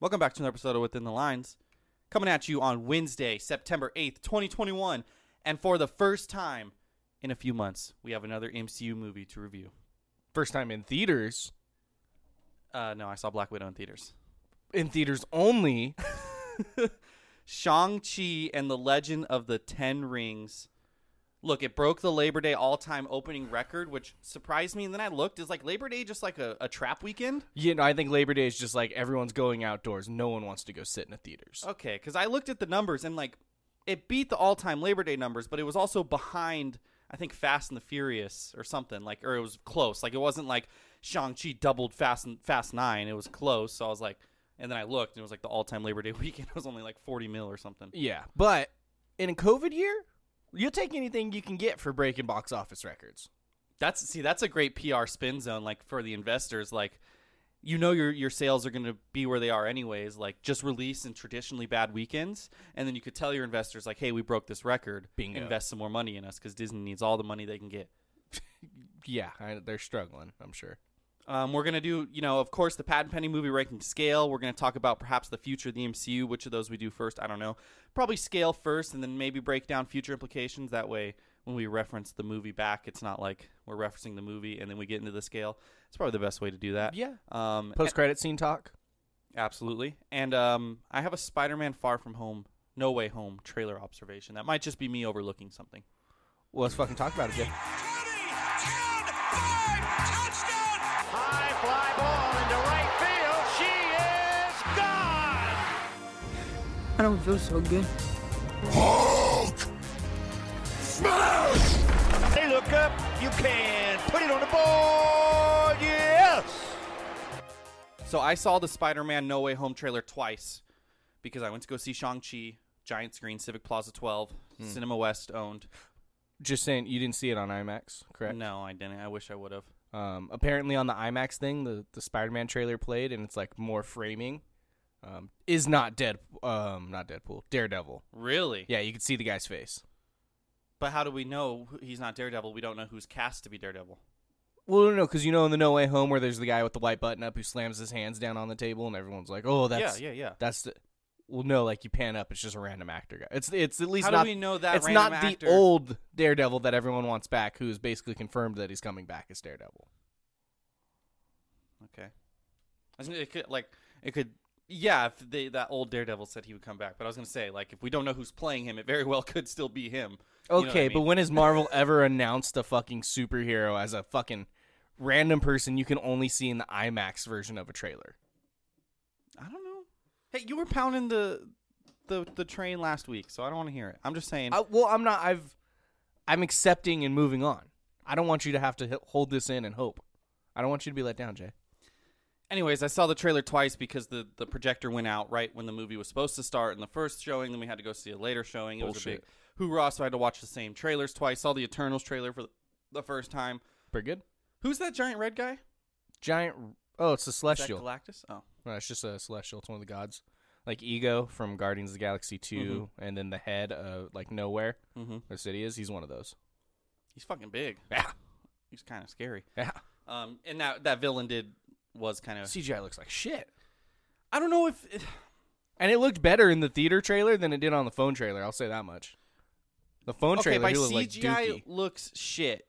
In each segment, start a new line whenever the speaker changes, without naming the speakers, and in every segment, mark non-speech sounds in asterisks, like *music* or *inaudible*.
Welcome back to another episode of Within the Lines. Coming at you on Wednesday, September 8th, 2021. And for the first time in a few months, we have another MCU movie to review.
First time in theaters,
Uh, no, I saw Black Widow in theaters.
in theaters only. *laughs*
Shang-Chi and the Legend of the Ten Rings. Look, it broke the Labor Day all-time opening record, which surprised me. And then I looked, is like Labor Day just like a, a trap weekend?
You know, I think Labor Day is just like everyone's going outdoors. No one wants to go sit in the theaters.
Okay, because I looked at the numbers and like it beat the all-time Labor Day numbers, but it was also behind I think Fast and the Furious or something like, or it was close. Like it wasn't like Shang Chi doubled Fast and Fast Nine. It was close. So I was like, and then I looked and it was like the all-time Labor Day *laughs* weekend was only like forty mil or something.
Yeah, but in a COVID year, you'll take anything you can get for breaking box office records.
That's see, that's a great PR spin zone. Like for the investors, like you know your your sales are going to be where they are anyways. Like just release in traditionally bad weekends, and then you could tell your investors like, hey, we broke this record.
Bingo.
Invest some more money in us because Disney needs all the money they can get.
Yeah, I, they're struggling. I'm sure.
Um, we're gonna do, you know, of course, the patent pending movie ranking scale. We're gonna talk about perhaps the future of the MCU. Which of those we do first? I don't know. Probably scale first, and then maybe break down future implications. That way, when we reference the movie back, it's not like we're referencing the movie and then we get into the scale. It's probably the best way to do that.
Yeah.
Um.
Post credit scene talk.
absolutely. And um, I have a Spider-Man Far From Home, No Way Home trailer observation. That might just be me overlooking something.
Well, let's fucking talk about it, Jeff.
High fly ball into right field. She is gone.
I don't feel so good.
They look up. You can put it on the board. Yes.
So I saw the Spider-Man No Way Home trailer twice because I went to go see Shang-Chi, giant screen, Civic Plaza 12,
Hmm.
Cinema West owned.
Just saying, you didn't see it on IMAX, correct?
No, I didn't. I wish I would have.
Um, apparently, on the IMAX thing, the, the Spider Man trailer played, and it's like more framing. Um, is not dead. Um, not Deadpool. Daredevil.
Really?
Yeah, you could see the guy's face.
But how do we know who- he's not Daredevil? We don't know who's cast to be Daredevil.
Well, no, no, because you know in the No Way Home where there's the guy with the white button up who slams his hands down on the table, and everyone's like, "Oh, that's
yeah, yeah, yeah.
That's the, well, no, like you pan up, it's just a random actor guy. It's it's at least
How do
not,
we know that
it's
random
not
actor-
the old Daredevil that everyone wants back, who is basically confirmed that he's coming back as Daredevil.
Okay. Isn't it- It could, like it could. Yeah, if they, that old Daredevil said he would come back, but I was gonna say like if we don't know who's playing him, it very well could still be him. You know what I
Okay, but
mean?
when has Marvel
*laughs*
ever announced a fucking superhero as a fucking random person you can only see in the IMAX version of a trailer?
I don't know. Hey, you were pounding the the the train last week, so I don't want to hear it. I'm just saying.
I, well, I'm not. I've I'm accepting and moving on. I don't want you to have to h- hold this in and hope. I don't want you to be let down, Jay.
Anyways, I saw the trailer twice because the the projector went out right when the movie was supposed to start in the first showing. Then we had to go see a later showing. It was a big
Bullshit.
hoorah, so I had to watch the same trailers twice. Saw the Eternals trailer for the- the first time.
Pretty good.
Who's that giant red guy?
Giant. Oh, it's a
Is that
celestial.
Galactus? Oh,
No, it's just a celestial. It's one of the gods. like Ego from Guardians of the Galaxy 2
Mm-hmm.
and then the head of like Nowhere,
Mhm.
where City is. He's one of those.
He's fucking big.
Yeah,
He's kind of scary.
*laughs* yeah.
Um, and that that villain did was kind of.
CGI looks like shit,
I don't know if
and it looked better in the theater trailer than it did on the phone trailer. I'll say that much. The phone
okay
trailer
by
he looked like
CGI
Dookie.
looks shit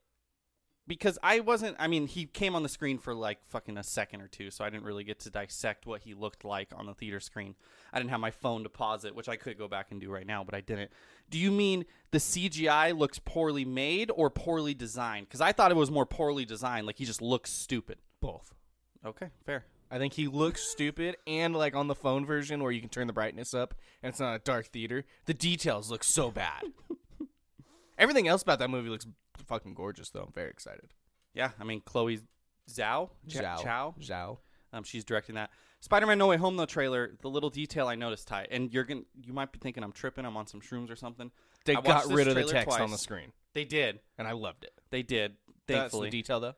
because I wasn't. I mean, he came on the screen for like fucking a second or two, so I didn't really get to dissect what he looked like on the theater screen. I didn't have my phone to pause it, which I could go back and do right now, but I didn't. Do you mean the CGI looks poorly made or poorly designed? Because I thought it was more poorly designed. Like he just looks stupid.
both.
Okay, fair.
I think he looks stupid, and like on the phone version where you can turn the brightness up and it's not a dark theater, the details look
*laughs*
so bad. Everything else about that movie looks fucking gorgeous, though. I'm very excited.
Yeah, I mean Chloe Zhao, Zhao,
Zhao.
Chow,
Zhao.
Um, she's directing that Spider-Man: No Way Home though trailer. The little detail I noticed, Ty, and you're gonna you might be thinking I'm tripping. I'm on some shrooms or something.
They
I watched
got
this
rid of the
trailer
text on
twice.
the screen,
They did.
and I loved it.
They did. Thankfully,
That's the detail, though.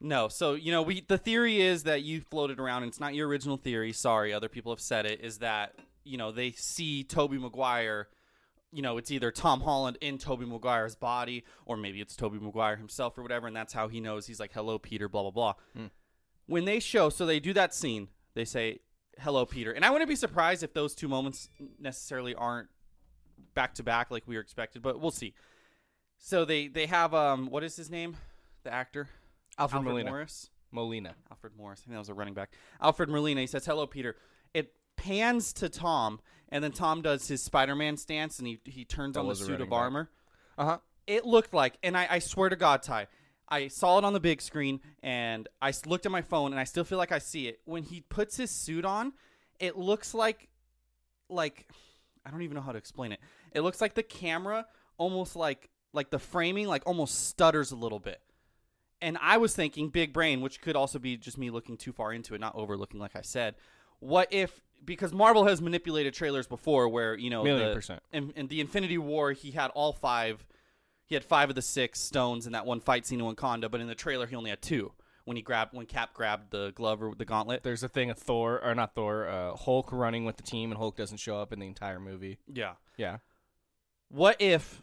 no. So you know, we the theory is that you floated around, and it's not your original theory. Sorry, other people have said it. Is that you know they see Toby Maguire. You know, it's either Tom Holland in Toby Maguire's body, or maybe it's Toby Maguire himself or whatever, and that's how he knows he's like, "Hello, Peter," blah blah blah.
Hmm.
When they show, so they do that scene. They say, "Hello, Peter," and I wouldn't be surprised if those two moments necessarily aren't back to back like we were expected, but we'll see. So they they have um, what is his name, the actor?
Alfred,
Alfred
Molina.
Morris.
Molina.
Alfred Morris. I think that was a running back. Alfred Molina. He says, "Hello, Peter." It pans to Tom, and then Tom does his Spider-Man stance, and he he turns
That
on the
was a
suit
running
of
back.
armor.
Uh
Uh-huh.
huh.
It looked like, and I, I swear to God, Ty, I saw it on the big screen, and I s- looked at my phone, and I still feel like I see it when he puts his suit on. It looks like, like, I don't even know how to explain it. It looks like the camera almost like like the framing like almost stutters a little bit and I was thinking big brain, which could also be just me looking too far into it, not overlooking, like I said. What if because Marvel has manipulated trailers before, where you know
Million
the,
percent.
In, in the Infinity War, he had all five, he had five of the six stones in that one fight scene in Wakanda, but in the trailer he only had two when he grabbed when Cap grabbed the glove or the gauntlet.
There's a thing of Thor, or not Thor, uh, Hulk running with the team, and Hulk doesn't show up in the entire movie.
Yeah.
Yeah.
What if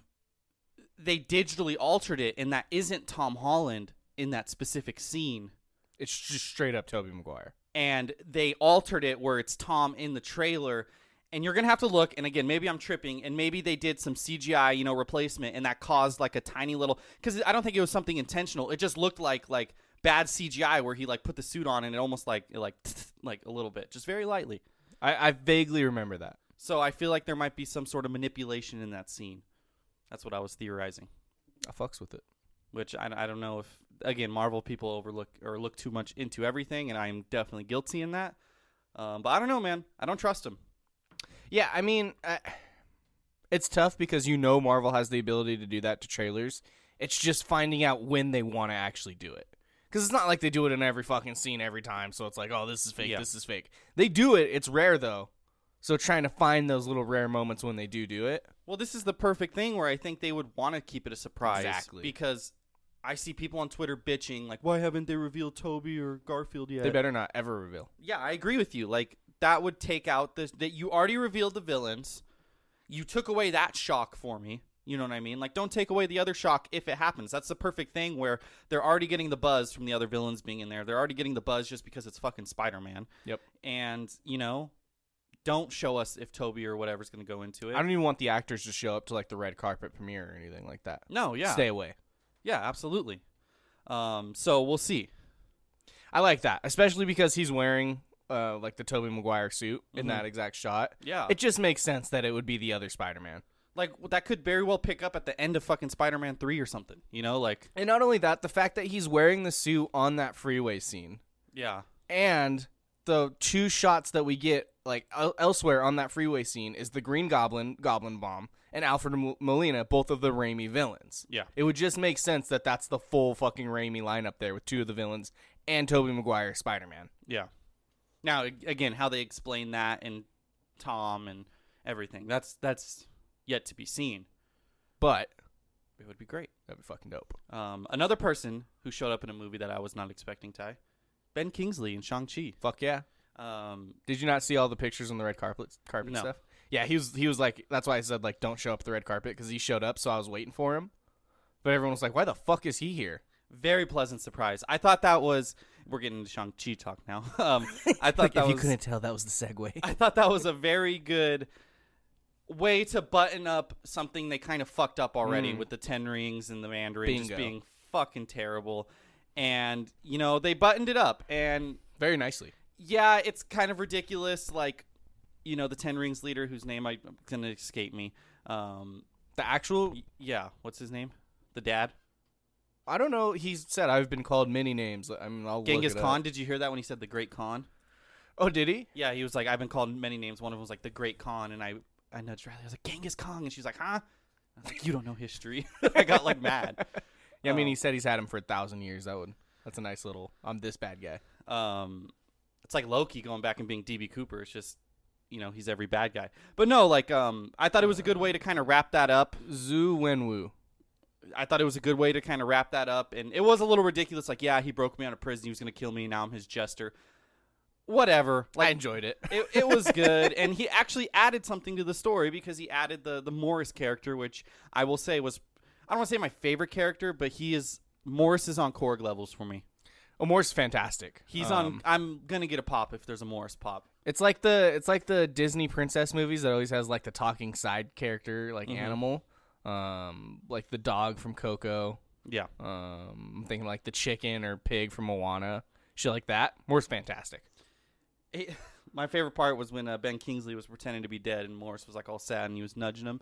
they digitally altered it and that isn't Tom Holland in that specific scene?
It's just straight up Toby Maguire.
and they altered it where it's Tom in the trailer. And you're gonna have to look, and again, maybe I'm tripping, and maybe they did some CGI, you know, replacement, and that caused like a tiny little. Because I don't think it was something intentional. It just looked like like bad CGI where he like put the suit on, and it almost like it, like *laughs* like a little bit, just very lightly.
I, I vaguely remember that.
So I feel like there might be some sort of manipulation in that scene. That's what I was theorizing.
I fucks with it.
Which I, I don't know if again Marvel people overlook or look too much into everything, and I'm definitely guilty in that. Um, but I don't know, man. I don't trust them.
Yeah, I mean, I, it's tough because you know Marvel has the ability to do that to trailers. It's just finding out when they want to actually do it. Because it's not like they do it in every fucking scene every time. So it's like, oh, this is fake,
Yeah.
this is fake. They do it. It's rare, though. So trying to find those little rare moments when they do do it.
Well, this is the perfect thing where I think they would want to keep it a surprise.
Exactly.
Because I see people on Twitter bitching, like, why haven't they revealed Toby or Garfield yet?
They better not ever reveal.
Yeah, I agree with you. Like, that would take out this, that you already revealed the villains. You took away that shock for me. You know what I mean? Like, don't take away the other shock if it happens. That's the perfect thing where they're already getting the buzz from the other villains being in there. They're already getting the buzz just because it's fucking Spider Man.
Yep.
And, you know, don't show us if Toby or whatever's going to go into it.
I don't even want the actors to show up to like the red carpet premiere or anything like that.
no, yeah.
Stay away.
Yeah, absolutely. Um, so we'll see.
I like that, especially because he's wearing uh, like the Toby Maguire suit in that exact shot.
Mm-hmm. Yeah.
it just makes sense that it would be the other Spider-Man.
Like that could very well pick up at the end of fucking Spider-Man three or something. You know, like
And not only that, the fact that he's wearing the suit on that freeway scene
yeah,
and the two shots that we get like el- elsewhere on that freeway scene is the Green Goblin, Goblin Bomb, and Alfred M- Molina, both of the Raimi villains.
Yeah.
it would just make sense that that's the full fucking Raimi lineup there with two of the villains and Toby Maguire Spider-Man.
yeah. Now ag- again, how they explain that and Tom and everything that's that's yet to be seen.
But
It would be great.
that'd be fucking dope.
Um, another person who showed up in a movie that I was not expecting, Ty, Ben Kingsley in Shang Chi.
Fuck yeah.
Um,
Did you not see all the pictures on the red carpet carpet
No.
stuff? Yeah, he was he was like that's why I said like don't show up the red carpet because he showed up, so I was waiting for him. But everyone was like, why the fuck is he here?
very pleasant surprise. I thought that was we're getting into Shang Chi talk now. *laughs* Um, I *laughs* thought that was
tell, that was the segue.
*laughs*
*laughs*
I thought that was a very good way to button up something they kind of fucked up already with the Ten Rings and the Mandarin just
Mm. Bingo.
being fucking terrible. And you know they buttoned it up, and
Very nicely.
yeah, it's kind of ridiculous. Like you know the Ten Rings leader, whose name I gonna escape me. Um,
The actual
y- yeah, what's his name? The dad,
I don't know. He said I've been called many names. I mean, I'll look
Genghis
it up.
Khan. Did you hear that when he said the Great Khan?
Oh, did he?
Yeah, he was like, I've been called many names. One of them was like the Great Khan, and I, I nudged Riley. I was like, Genghis Kong, and she's like, huh? I was like, you don't know history. *laughs* I got like mad.
*laughs* Yeah, I mean,
Oh.
he said he's had him for a thousand years. That would. That's a nice little. I'm this bad guy.
Um, it's like Loki going back and being DB Cooper. It's just, you know, he's every bad guy. But no, like, um, I thought it was a good way to kind of wrap that up.
Zhu Wenwu.
I thought it was a good way to kind of wrap that up, and it was a little ridiculous. Like, yeah, he broke me out of prison. He was gonna kill me. Now I'm his jester. Whatever.
I
Like,
enjoyed it. *laughs*
it, it was good and he actually added something to the story because he added the the morris character which i will say was i don't want to say my favorite character but he is morris is on korg levels for me
Amor's fantastic.
he's on
Um,
i'm gonna get a pop if there's a morris pop
It's like the it's like the Disney princess movies that always has like the talking side character, like
Mm-hmm.
animal, um, like the dog from Coco.
yeah
Um, I'm thinking like the chicken or pig from Moana, shit like that. Mor's fantastic.
He- *laughs* my favorite part was when uh, ben kingsley was pretending to be dead and morris was like all sad and he was nudging
*laughs*
him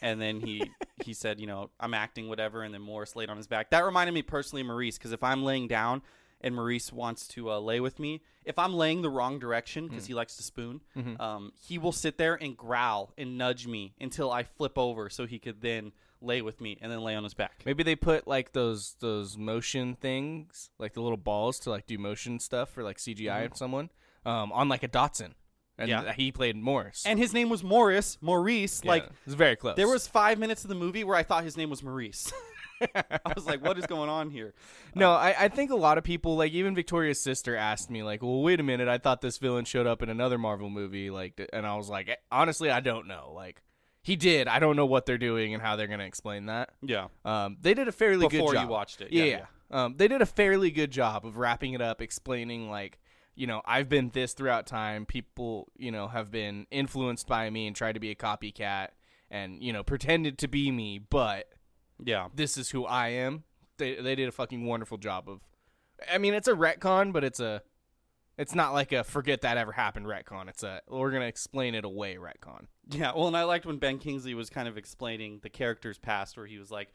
and then he he said you know i'm acting whatever and then morris laid on his back that reminded me personally of maurice because if i'm laying down and maurice wants to uh, lay with me if i'm laying the wrong direction
Mm.
because he likes to spoon
Mm-hmm.
um, he will sit there and growl and nudge me until i flip over so he could then lay with me and then lay on his back
Maybe they put like those those motion things, like the little balls to like do motion stuff for like CGI of someone, um, on like a Dotson, and
Mm-hmm. Yeah.
he played Morris.
and his name was morris maurice
Yeah,
like
it was very close.
There was five minutes of the movie where I thought his name was Maurice. *laughs* I was like, what is going on here?
No, I, I think a lot of people, like even Victoria's sister, asked me, like, "Well, wait a minute, I thought this villain showed up in another Marvel movie," like, d- and I was like, "Eh, "Honestly, I don't know. Like, he did. I don't know what they're doing and how they're gonna explain that."
Yeah.
Um, they did a fairly
Before
good
you
job.
watched it,
yeah.
yeah,
Um, they did a fairly good job of wrapping it up, explaining like, you know, I've been this throughout time. People, you know, have been influenced by me and tried to be a copycat, and you know, pretended to be me, but
Yeah.
this is who I am. They they did a fucking wonderful job of. I mean, it's a retcon, but it's a, it's not like a forget that ever happened retcon. It's a we're gonna explain it away retcon.
Yeah. Well, and I liked when Ben Kingsley was kind of explaining the character's past, where he was like,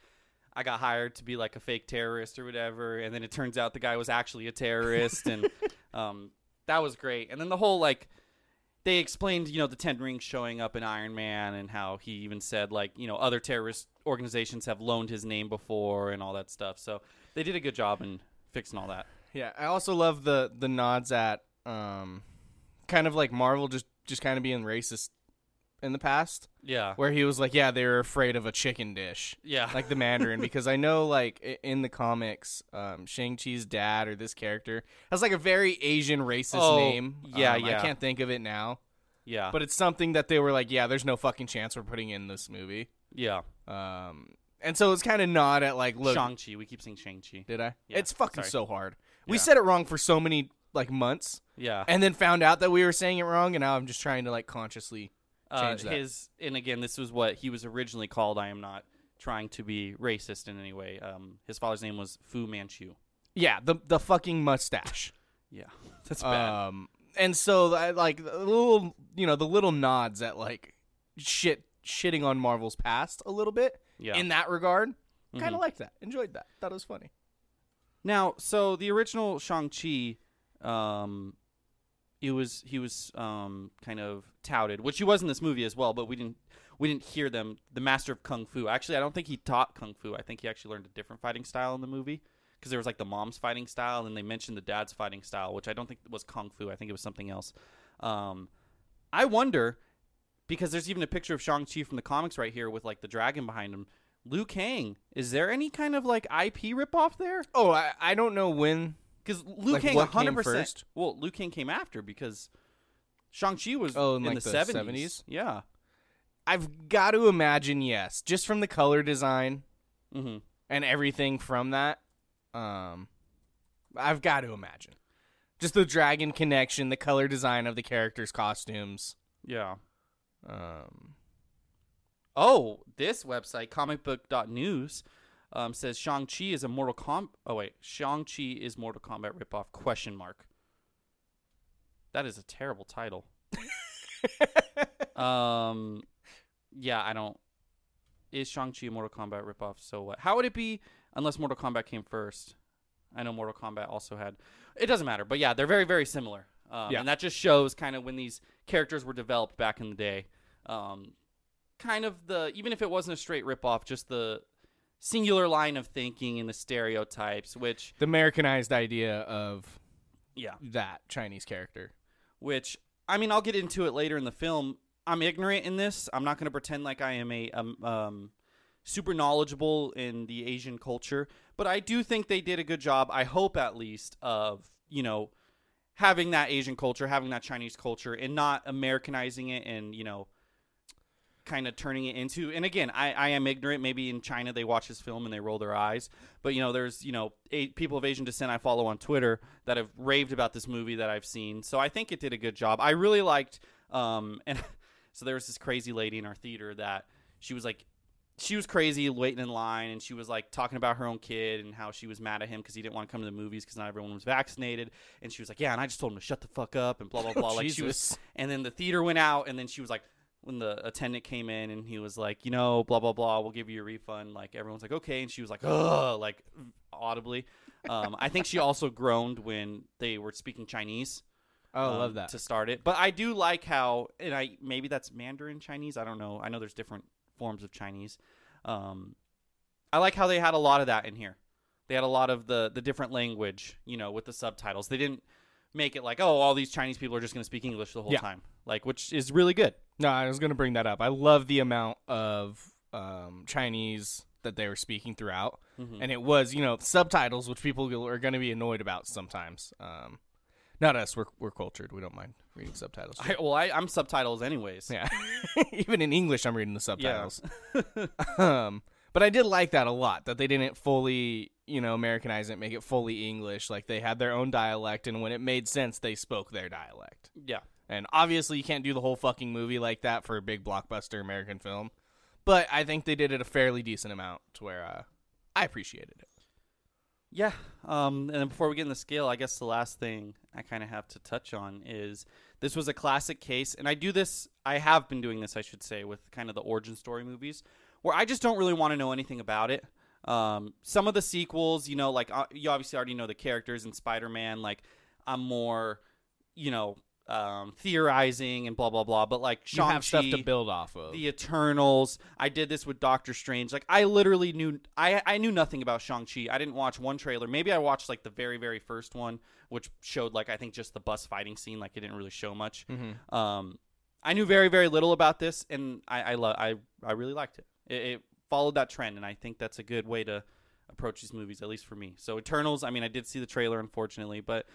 I got hired to be like a fake terrorist or whatever. And then it turns out the guy was actually a terrorist. *laughs* and um, that was great. And then the whole like, they explained, you know, the Ten Rings showing up in Iron Man and how he even said, like, you know, other terrorist organizations have loaned his name before and all that stuff. So they did a good job in fixing all that.
Yeah, I also love the the nods at um, kind of like Marvel just just kind of being racist in the past,
Yeah.
where he was like, yeah, they were afraid of a chicken dish.
Yeah.
*laughs* like the Mandarin because I know like i- in the comics, um, Shang Chi's dad or this character has like a very Asian racist
Oh,
name.
yeah,
Um,
yeah.
I can't think of it now,
yeah.
but it's something that they were like, yeah, there's no fucking chance we're putting in this movie.
yeah.
Um, and so it's kind of nod at like, look,
Shang-Chi. We keep saying Shang-Chi.
did I?
Yeah,
it's fucking
sorry.
so hard. We
Yeah.
said it wrong for so many like months,
Yeah.
and then found out that we were saying it wrong, and now I'm just trying to like consciously.
uh,
change that.
his and again this was what he was originally called i am not trying to be racist in any way um, his father's name was fu manchu
Yeah, the the fucking mustache.
yeah that's *laughs* bad
Um, and so I- like the little, you know, the little nods at like shit shitting on Marvel's past a little bit.
Yeah. Mm-hmm.
In that regard, kind of like that. Enjoyed that. Thought it was funny.
now so the original shang-chi um, it was he was um, kind of touted which he was in this movie as well but we didn't we didn't hear them the master of kung fu actually i don't think he taught kung fu i think he actually learned a different fighting style in the movie because there was like the mom's fighting style and they mentioned the dad's fighting style which i don't think was kung fu i think it was something else um, I wonder because there's even a picture of Shang Chi from the comics right here with like the dragon behind him. Liu Kang, is there any kind of like IP ripoff there?
Oh, I, I don't know when
Because Liu
Like,
Kang,
what came
100%.
first?
Well, Liu Kang came after because Shang-Chi was
Oh, in,
in,
like,
the,
the
70s.
70s?
Yeah.
I've got to imagine yes, just from the color design
hmm
and everything from that. Um, I've got to imagine just the dragon connection, the color design of the characters' costumes.
Yeah.
Um,
Oh, this website, comicbook.news, um, says Shang-Chi is a Mortal Kombat. Oh, wait. Shang-Chi is Mortal Kombat ripoff, question mark. That is a terrible title. um, yeah, I don't. Is Shang-Chi a Mortal Kombat ripoff? So what? How would it be unless Mortal Kombat came first? I know Mortal Kombat also had. It doesn't matter, but yeah, they're very, very similar. Um,
Yeah.
And that just shows kind of when these characters were developed back in the day. Um, kind of the even if it wasn't a straight ripoff, just the singular line of thinking and the stereotypes, which
the Americanized idea of
yeah,
that Chinese character.
which I mean I'll get into it later in the film. I'm ignorant in this. I'm not going to pretend like I am a um, um, super knowledgeable in the Asian culture, but I do think they did a good job. I hope at least of you know having that Asian culture, having that Chinese culture, and not Americanizing it and you know kind of turning it into and again I, I am ignorant maybe in china they watch this film and they roll their eyes but you know there's you know a, people of asian descent i follow on twitter that have raved about this movie that i've seen so i think it did a good job i really liked um *laughs* and so there was this crazy lady in our theater that she was like she was crazy waiting in line and she was like talking about her own kid and how she was mad at him because he didn't want to come to the movies because not everyone was vaccinated and she was like yeah and i just told him to shut the fuck up and blah blah blah like she was
Jesus.
*laughs* and then the theater went out and then she was like when the attendant came in and he was like you know blah blah blah we'll give you a refund like everyone's like okay and she was like ugh like audibly um, i think she also groaned when they were speaking chinese
Oh, I
um,
love that.
to start it. But I do like how, and I maybe that's Mandarin Chinese. I don't know. I know there's different forms of Chinese. Um, I like how they had a lot of that in here. They had a lot of the the different language, you know, with the subtitles. They didn't make it like, oh, all these Chinese people are just going to speak English the whole
Yeah.
time, like which is really good.
No, I was going to bring that up. I love the amount of um, Chinese that they were speaking throughout,
Mm-hmm.
and it was you know subtitles, which people are going to be annoyed about sometimes. Um, not us. We're we're cultured. We don't mind reading subtitles.
I, well, I, I'm subtitles anyways.
*laughs* yeah, *laughs* even in English, I'm reading the subtitles. *laughs* um, but I did like that a lot that they didn't fully you know Americanize it, make it fully English. Like they had their own dialect, and when it made sense, they spoke their dialect.
yeah.
And obviously, you can't do the whole fucking movie like that for a big blockbuster American film. But I think they did it a fairly decent amount to where uh, I appreciated it.
Yeah. Um, and then before we get in the scale, I guess the last thing I kind of have to touch on is this was a classic case, and I do this. I have been doing this, I should say, with kind of the origin story movies, where I just don't really want to know anything about it. Um, some of the sequels, you know, like uh, you obviously already know the characters in Spider-Man. Like I'm more, you know, um, theorizing and blah blah blah. But like
You
Shang
have stuff to build off of.
the Eternals. I did this with Doctor Strange. Like I literally knew I I knew nothing about Shang-Chi. I didn't watch one trailer. Maybe I watched like the very very first one which showed like I think just the bus fighting scene like it didn't really show much. Um I knew very very little about this and I I lo- I I really liked it. it. It followed that trend and I think that's a good way to approach these movies at least for me. So Eternals, I mean I did see the trailer unfortunately, but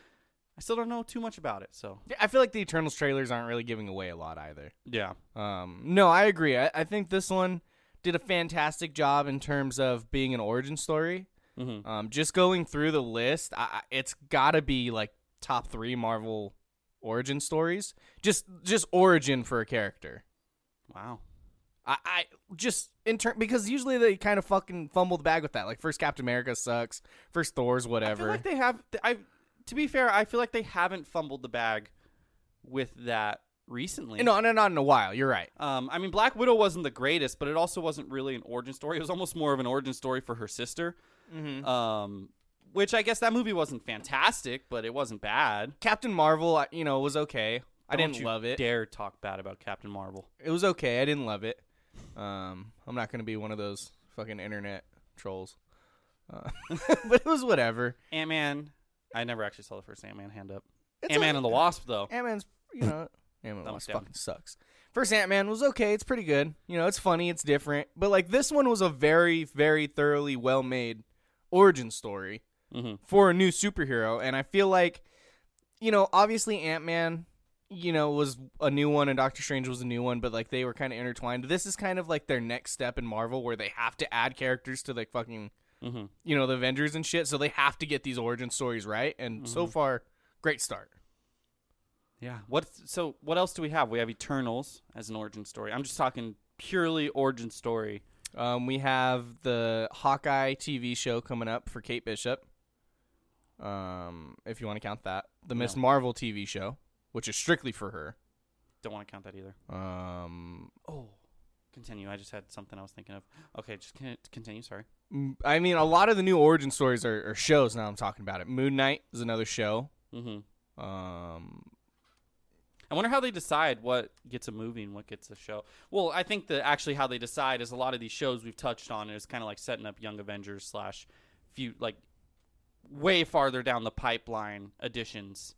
I still don't know too much about it. So
Yeah, I feel like the Eternals trailers aren't really giving away a lot either.
yeah.
Um, no, I agree. I, I think this one did a fantastic job in terms of being an origin story.
Mhm.
Um, just going through the list, I, I, it's got to be like top three Marvel origin stories. Just just origin for a character.
Wow.
I, I just in turn because usually they kind of fucking fumble the bag with that. Like first Captain America sucks, first Thor's
I
whatever.
feel like they have. th- I to be fair, I feel like they haven't fumbled the bag with that recently.
no, no, not in a while. You're right.
Um, I mean, Black Widow wasn't the greatest, but it also wasn't really an origin story. It was almost more of an origin story for her sister. Um, which I guess that movie wasn't fantastic, but it wasn't bad.
Captain Marvel, I- you know, was okay. I
Don't
didn't
you
love it.
Dare talk bad about Captain Marvel?
It was okay. I didn't love it. Um, I'm not gonna be one of those fucking internet trolls. Uh, *laughs* but it was whatever.
Ant Man. I never actually saw the first Ant Man hand up. Ant Man and the Wasp, though.
Ant Man's, you know, Ant
Thumbs
Man
down.
fucking sucks. First Ant Man was okay. It's pretty good. You know, it's funny. It's different. But like this one was a very, very thoroughly well made origin story for a new superhero, and I feel like, you know, obviously Ant Man, you know, was a new one, and Doctor Strange was a new one, but like they were kind of intertwined. This is kind of like their next step in Marvel, where they have to add characters to like fucking, you know, the Avengers and shit. So they have to get these origin stories right, and so far, great start.
Yeah. What? So what else do we have? We have Eternals as an origin story. I'm just talking purely origin story.
Um, we have the Hawkeye TV show coming up for Kate Bishop. Um, if you want to count that, the Miss Marvel TV show, which is strictly for her.
Don't want to count that either.
Um,
Oh, continue. I just had something I was thinking of. Okay, just con- continue. Sorry.
m- I mean, a lot of the new origin stories are, are shows. Now I'm talking about it. Moon Knight is another show.
Mm-hmm.
Um,
I wonder how they decide what gets a movie and what gets a show. Well, I think that actually how they decide is a lot of these shows we've touched on is kind of like setting up Young Avengers slash few like way farther down the pipeline additions,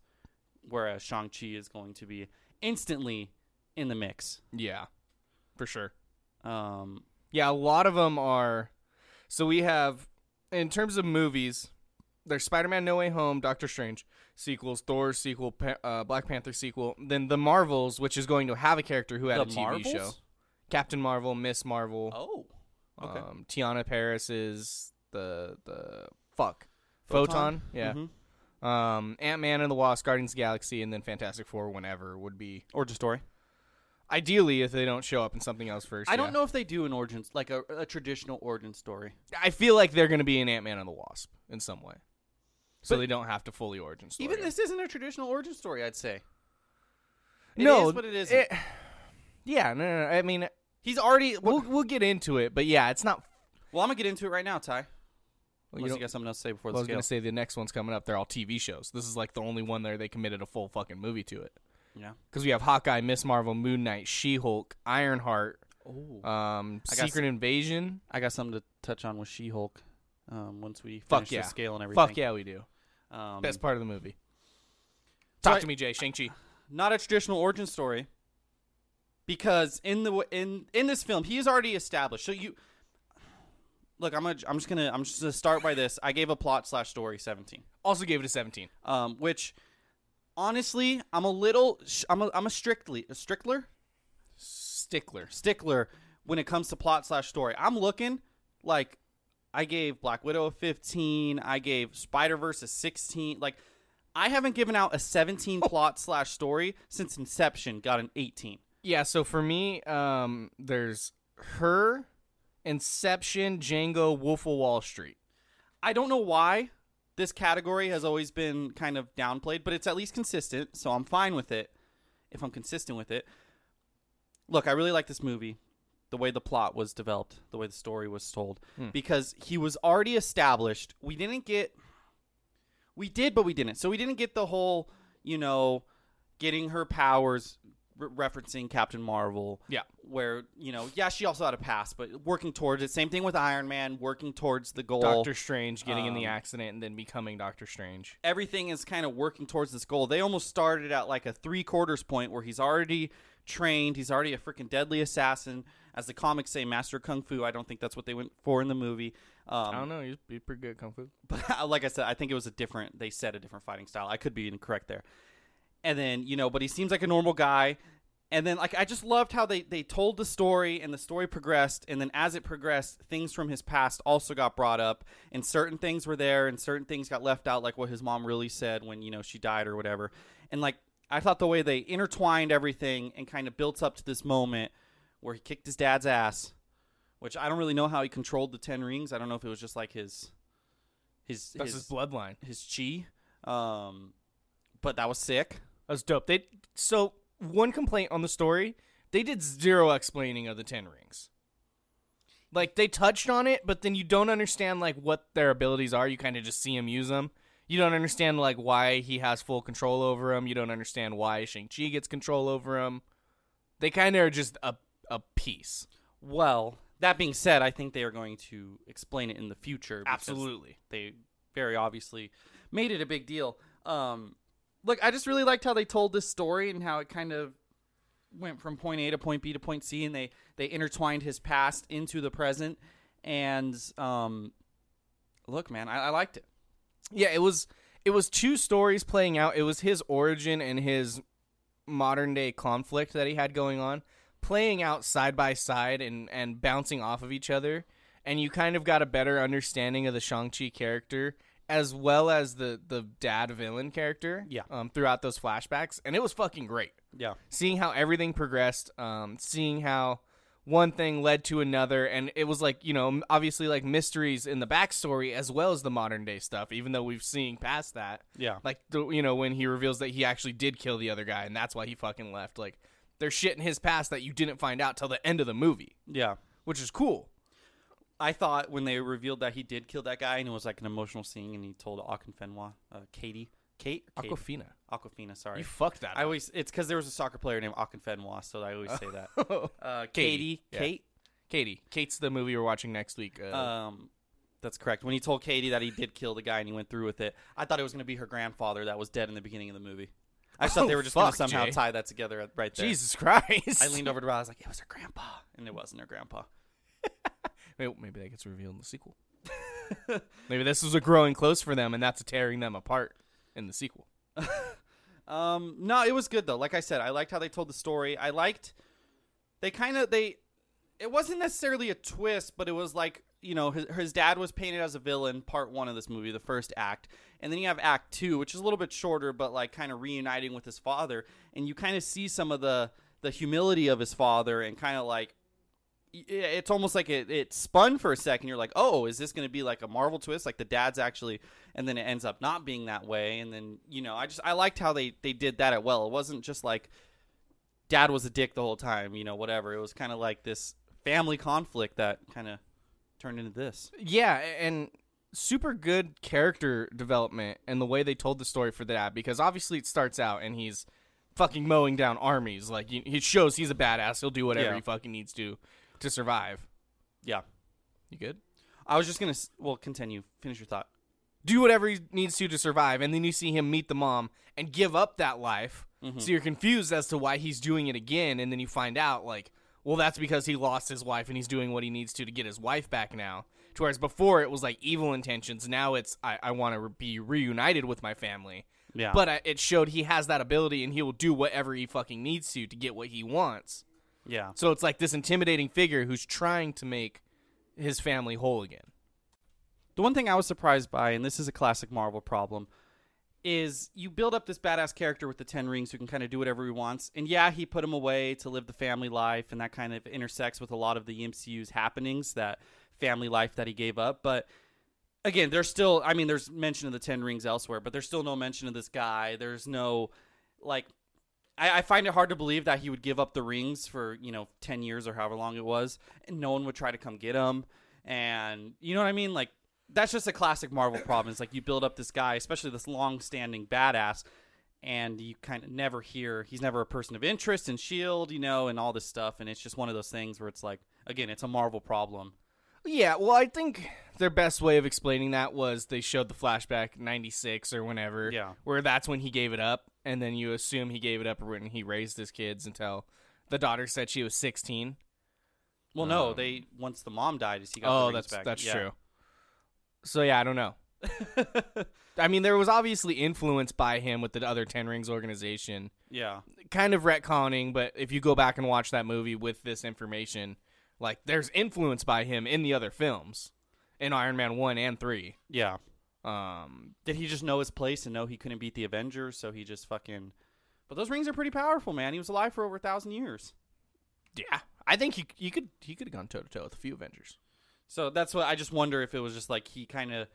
whereas Shang Chi is going to be instantly in the mix.
yeah, for sure.
Um,
Yeah, a lot of them are. So we have, in terms of movies, there's Spider-Man: No Way Home, Doctor Strange sequels, Thor sequel, pa- uh, Black Panther sequel, then the Marvels, which is going to have a character who had a TV show, Captain Marvel, Miss Marvel,
Oh, okay.
um, Tiana Paris is the the fuck
Photon?
photon, yeah.
Mhm.
Um, Ant Man and the Wasp, Guardians of the Galaxy, and then Fantastic Four, whenever would be
origin story.
ideally if they don't show up in something else first.
I don't
yeah.
know if they do an origin like a, a traditional origin story.
I feel like they're going to be an Ant Man and the Wasp in some way, so they don't have to fully origin story.
Even
it.
this isn't a traditional origin story, I'd say. It
no,
is, but it isn't.
*sighs* yeah, no, no, no. I mean,
He's already. Well,
we'll we'll get into it, but yeah, it's not.
well, I'm gonna get into it right now, Ty.
well, you
Unless you,
don't-
got something else to say before
well, I
the
was
scale.
going to say the next one's coming up. They're all TV shows. This is like the only one there they committed a full fucking movie to it.
Yeah.
because we have Hawkeye, Miss Marvel, Moon Knight, She Hulk, Ironheart, um,
Oh. I got
Secret Invasion.
I got something to touch on with She-Hulk. Um, once we
Fuck
finish
yeah,
the scale and everything.
Fuck yeah, we do.
Um,
Best part of the movie.
So
Talk
I-
to me, Jay. Shang Chi.
not a traditional origin story because in the in in this film he is already established. So you look, I'm gonna, I'm just gonna I'm just gonna start by this. I gave a plot slash story 17.
Also gave it a seventeen.
um, which honestly I'm a little sh- I'm a, I'm a strictly a strickler
Stickler.
stickler when it comes to plot slash story. I'm looking like I gave Black Widow a 15. I gave Spider Verse a 16. Like I haven't given out a 17 plot slash story since Inception got an 18.
Yeah, so for me, um, there's her, Inception, Django, Wolf of Wall Street.
I don't know why this category has always been kind of downplayed, but it's at least consistent, so I'm fine with it if I'm consistent with it. Look, I really like this movie, the way the plot was developed, the way the story was told,
Hmm.
because he was already established. We didn't get. We did, but we didn't. So we didn't get the whole, you know, getting her powers re- referencing Captain Marvel
Yeah.
where you know yeah she also had a past but working towards it same thing with iron man working towards the goal
Doctor Strange getting in the
um,
accident and then becoming Doctor Strange.
everything is kind of working towards this goal. They almost started at like a three quarters point where he's already trained. He's already a freaking deadly assassin, as the comics say, master of kung fu. I don't think that's what they went for in the movie. Um,
I don't know. He's, he's pretty good at kung fu.
*laughs* but like I said, I think it was a different. They said a different fighting style. I could be incorrect there. And then you know, but he seems like a normal guy. And then like I just loved how they they told the story and the story progressed. And then as it progressed, things from his past also got brought up, and certain things were there, and certain things got left out, like what his mom really said when you know she died or whatever. And like I thought the way they intertwined everything and kind of built up to this moment where he kicked his dad's ass. Which I don't really know how he controlled the ten rings. I don't know if it was just like his, his
That's his, bloodline.
his chi. Um, but that was sick.
That's dope. They so one complaint on the story. They did zero explaining of the Ten Rings. Like they touched on it, but then you don't understand like what their abilities are. You kind of just see him use them. You don't understand like why he has full control over him. You don't understand why Shang Chi gets control over him. They kind of are just a a piece.
Well, that being said, I think they are going to explain it in the future. because they very obviously made it a big deal. Um, look, I just really liked how they told this story and how it kind of went from point A to point B to point C, and they they intertwined his past into the present. And um, look, man, I, I liked it.
Yeah, it was it was two stories playing out. It was his origin and his modern day conflict that he had going on playing out side by side and and bouncing off of each other and you kind of got a better understanding of the Shang-Chi character as well as the the dad villain character
Yeah.
um, throughout those flashbacks and it was fucking great
Yeah.
seeing how everything progressed, um, seeing how one thing led to another, and it was like you know m- obviously like mysteries in the backstory as well as the modern day stuff. Even though we've seen past that,
Yeah.
like the, you know when he reveals that he actually did kill the other guy and that's why he fucking left. Like there's shit in his past that you didn't find out till the end of the movie,
Yeah.
which is cool.
I thought when they revealed that he did kill that guy and it was like an emotional scene and he told Akinfenwa, uh, Katie, Kate, Kate?
Aquafina,
Aquafina, sorry.
you fucked that.
I
up.
always it's because there was a soccer player named Akinfenwa, so I always say
*laughs*
that. Uh, Katie,
Oh. Katie, yeah.
Kate,
Katie, Kate's the movie we're watching next week. Uh,
Um, that's correct. When he told Katie that he did kill the guy and he went through with it, I thought it was going to be her grandfather that was dead in the beginning of the movie. I just thought they
Oh,
were just going
fuck,
to somehow
Jay.
tie that together at- right there.
Jesus *laughs* Christ!
I leaned over to Rob. I was like, "It was her grandpa," and it wasn't her grandpa.
Maybe, maybe that gets revealed in the sequel. *laughs* maybe this was a growing close for them, and that's tearing them apart in the sequel.
Um, no, it was good though. Like I said, I liked how they told the story. I liked they kind of they. It wasn't necessarily a twist, but it was like you know his his dad was painted as a villain. Part one of this movie, the first act, and then you have Act two, which is a little bit shorter, but like kind of reuniting with his father, and you kind of see some of the the humility of his father and kind of like y- it's almost like it, it spun for a second. You're like, oh, is this going to be like a Marvel twist? Like the dad's actually, and then it ends up not being that way. And then you know, I just I liked how they they did that at well. It wasn't just like dad was a dick the whole time, you know, whatever. It was kind of like this family conflict that kind of turned into this.
Yeah, a- and super good character development and the way they told the story for that because obviously it starts out and he's fucking mowing down armies. Like he, he shows he's a badass. He'll do whatever
Yeah.
he fucking needs to to survive.
Yeah,
You good?
I was just gonna s- well continue, finish your thought.
do whatever he needs to to survive and then you see him meet the mom and give up that life so you're confused as to why he's doing it again and then you find out like well that's because he lost his wife and he's doing what he needs to to get his wife back now To whereas before it was like evil intentions now it's i, I want to re- be reunited with my family
Yeah,
but uh, it showed he has that ability and he will do whatever he fucking needs to to get what he wants
yeah,
so it's like this intimidating figure who's trying to make his family whole again
The one thing I was surprised by, and this is a classic Marvel problem, is you build up this badass character with the Ten Rings who can kind of do whatever he wants. And yeah, he put him away to live the family life, and that kind of intersects with a lot of the MCU's happenings, that family life that he gave up. But again, there's still, I mean, there's mention of the Ten Rings elsewhere, but there's still no mention of this guy. There's no, like, I, I find it hard to believe that he would give up the rings for you know ten years or however long it was, and no one would try to come get him. And you know what I mean? Like that's just a classic Marvel problem. It's like you build up this guy, especially this long-standing badass, and you kind of never hear he's never a person of interest in Shield, E you know, and all this stuff. And it's just one of those things where it's like, again, it's a Marvel problem.
Yeah, well, I think their best way of explaining that was they showed the flashback 96 or whenever,
Yeah.
where that's when he gave it up, and then you assume he gave it up when he raised his kids until the daughter said she was 16.
Well, no, they once the mom died, is he got the
Um, oh,
rings
that's
back.
that's
Yeah.
true. So yeah, I
*laughs*
don't know. I mean, there was obviously influence by him with the other Ten Rings organization,
Yeah,
kind of retconning. But if you go back and watch that movie with this information, like there's influence by him in the other films, in Iron Man one and three.
yeah.
Um,
Did he just know his place and know he couldn't beat the Avengers, so he just fucking? But those rings are pretty powerful, man. He was alive for over a thousand years.
Yeah, I think he he could he could have gone toe to toe with a few Avengers.
So that's what I just wonder if it was just like he kind of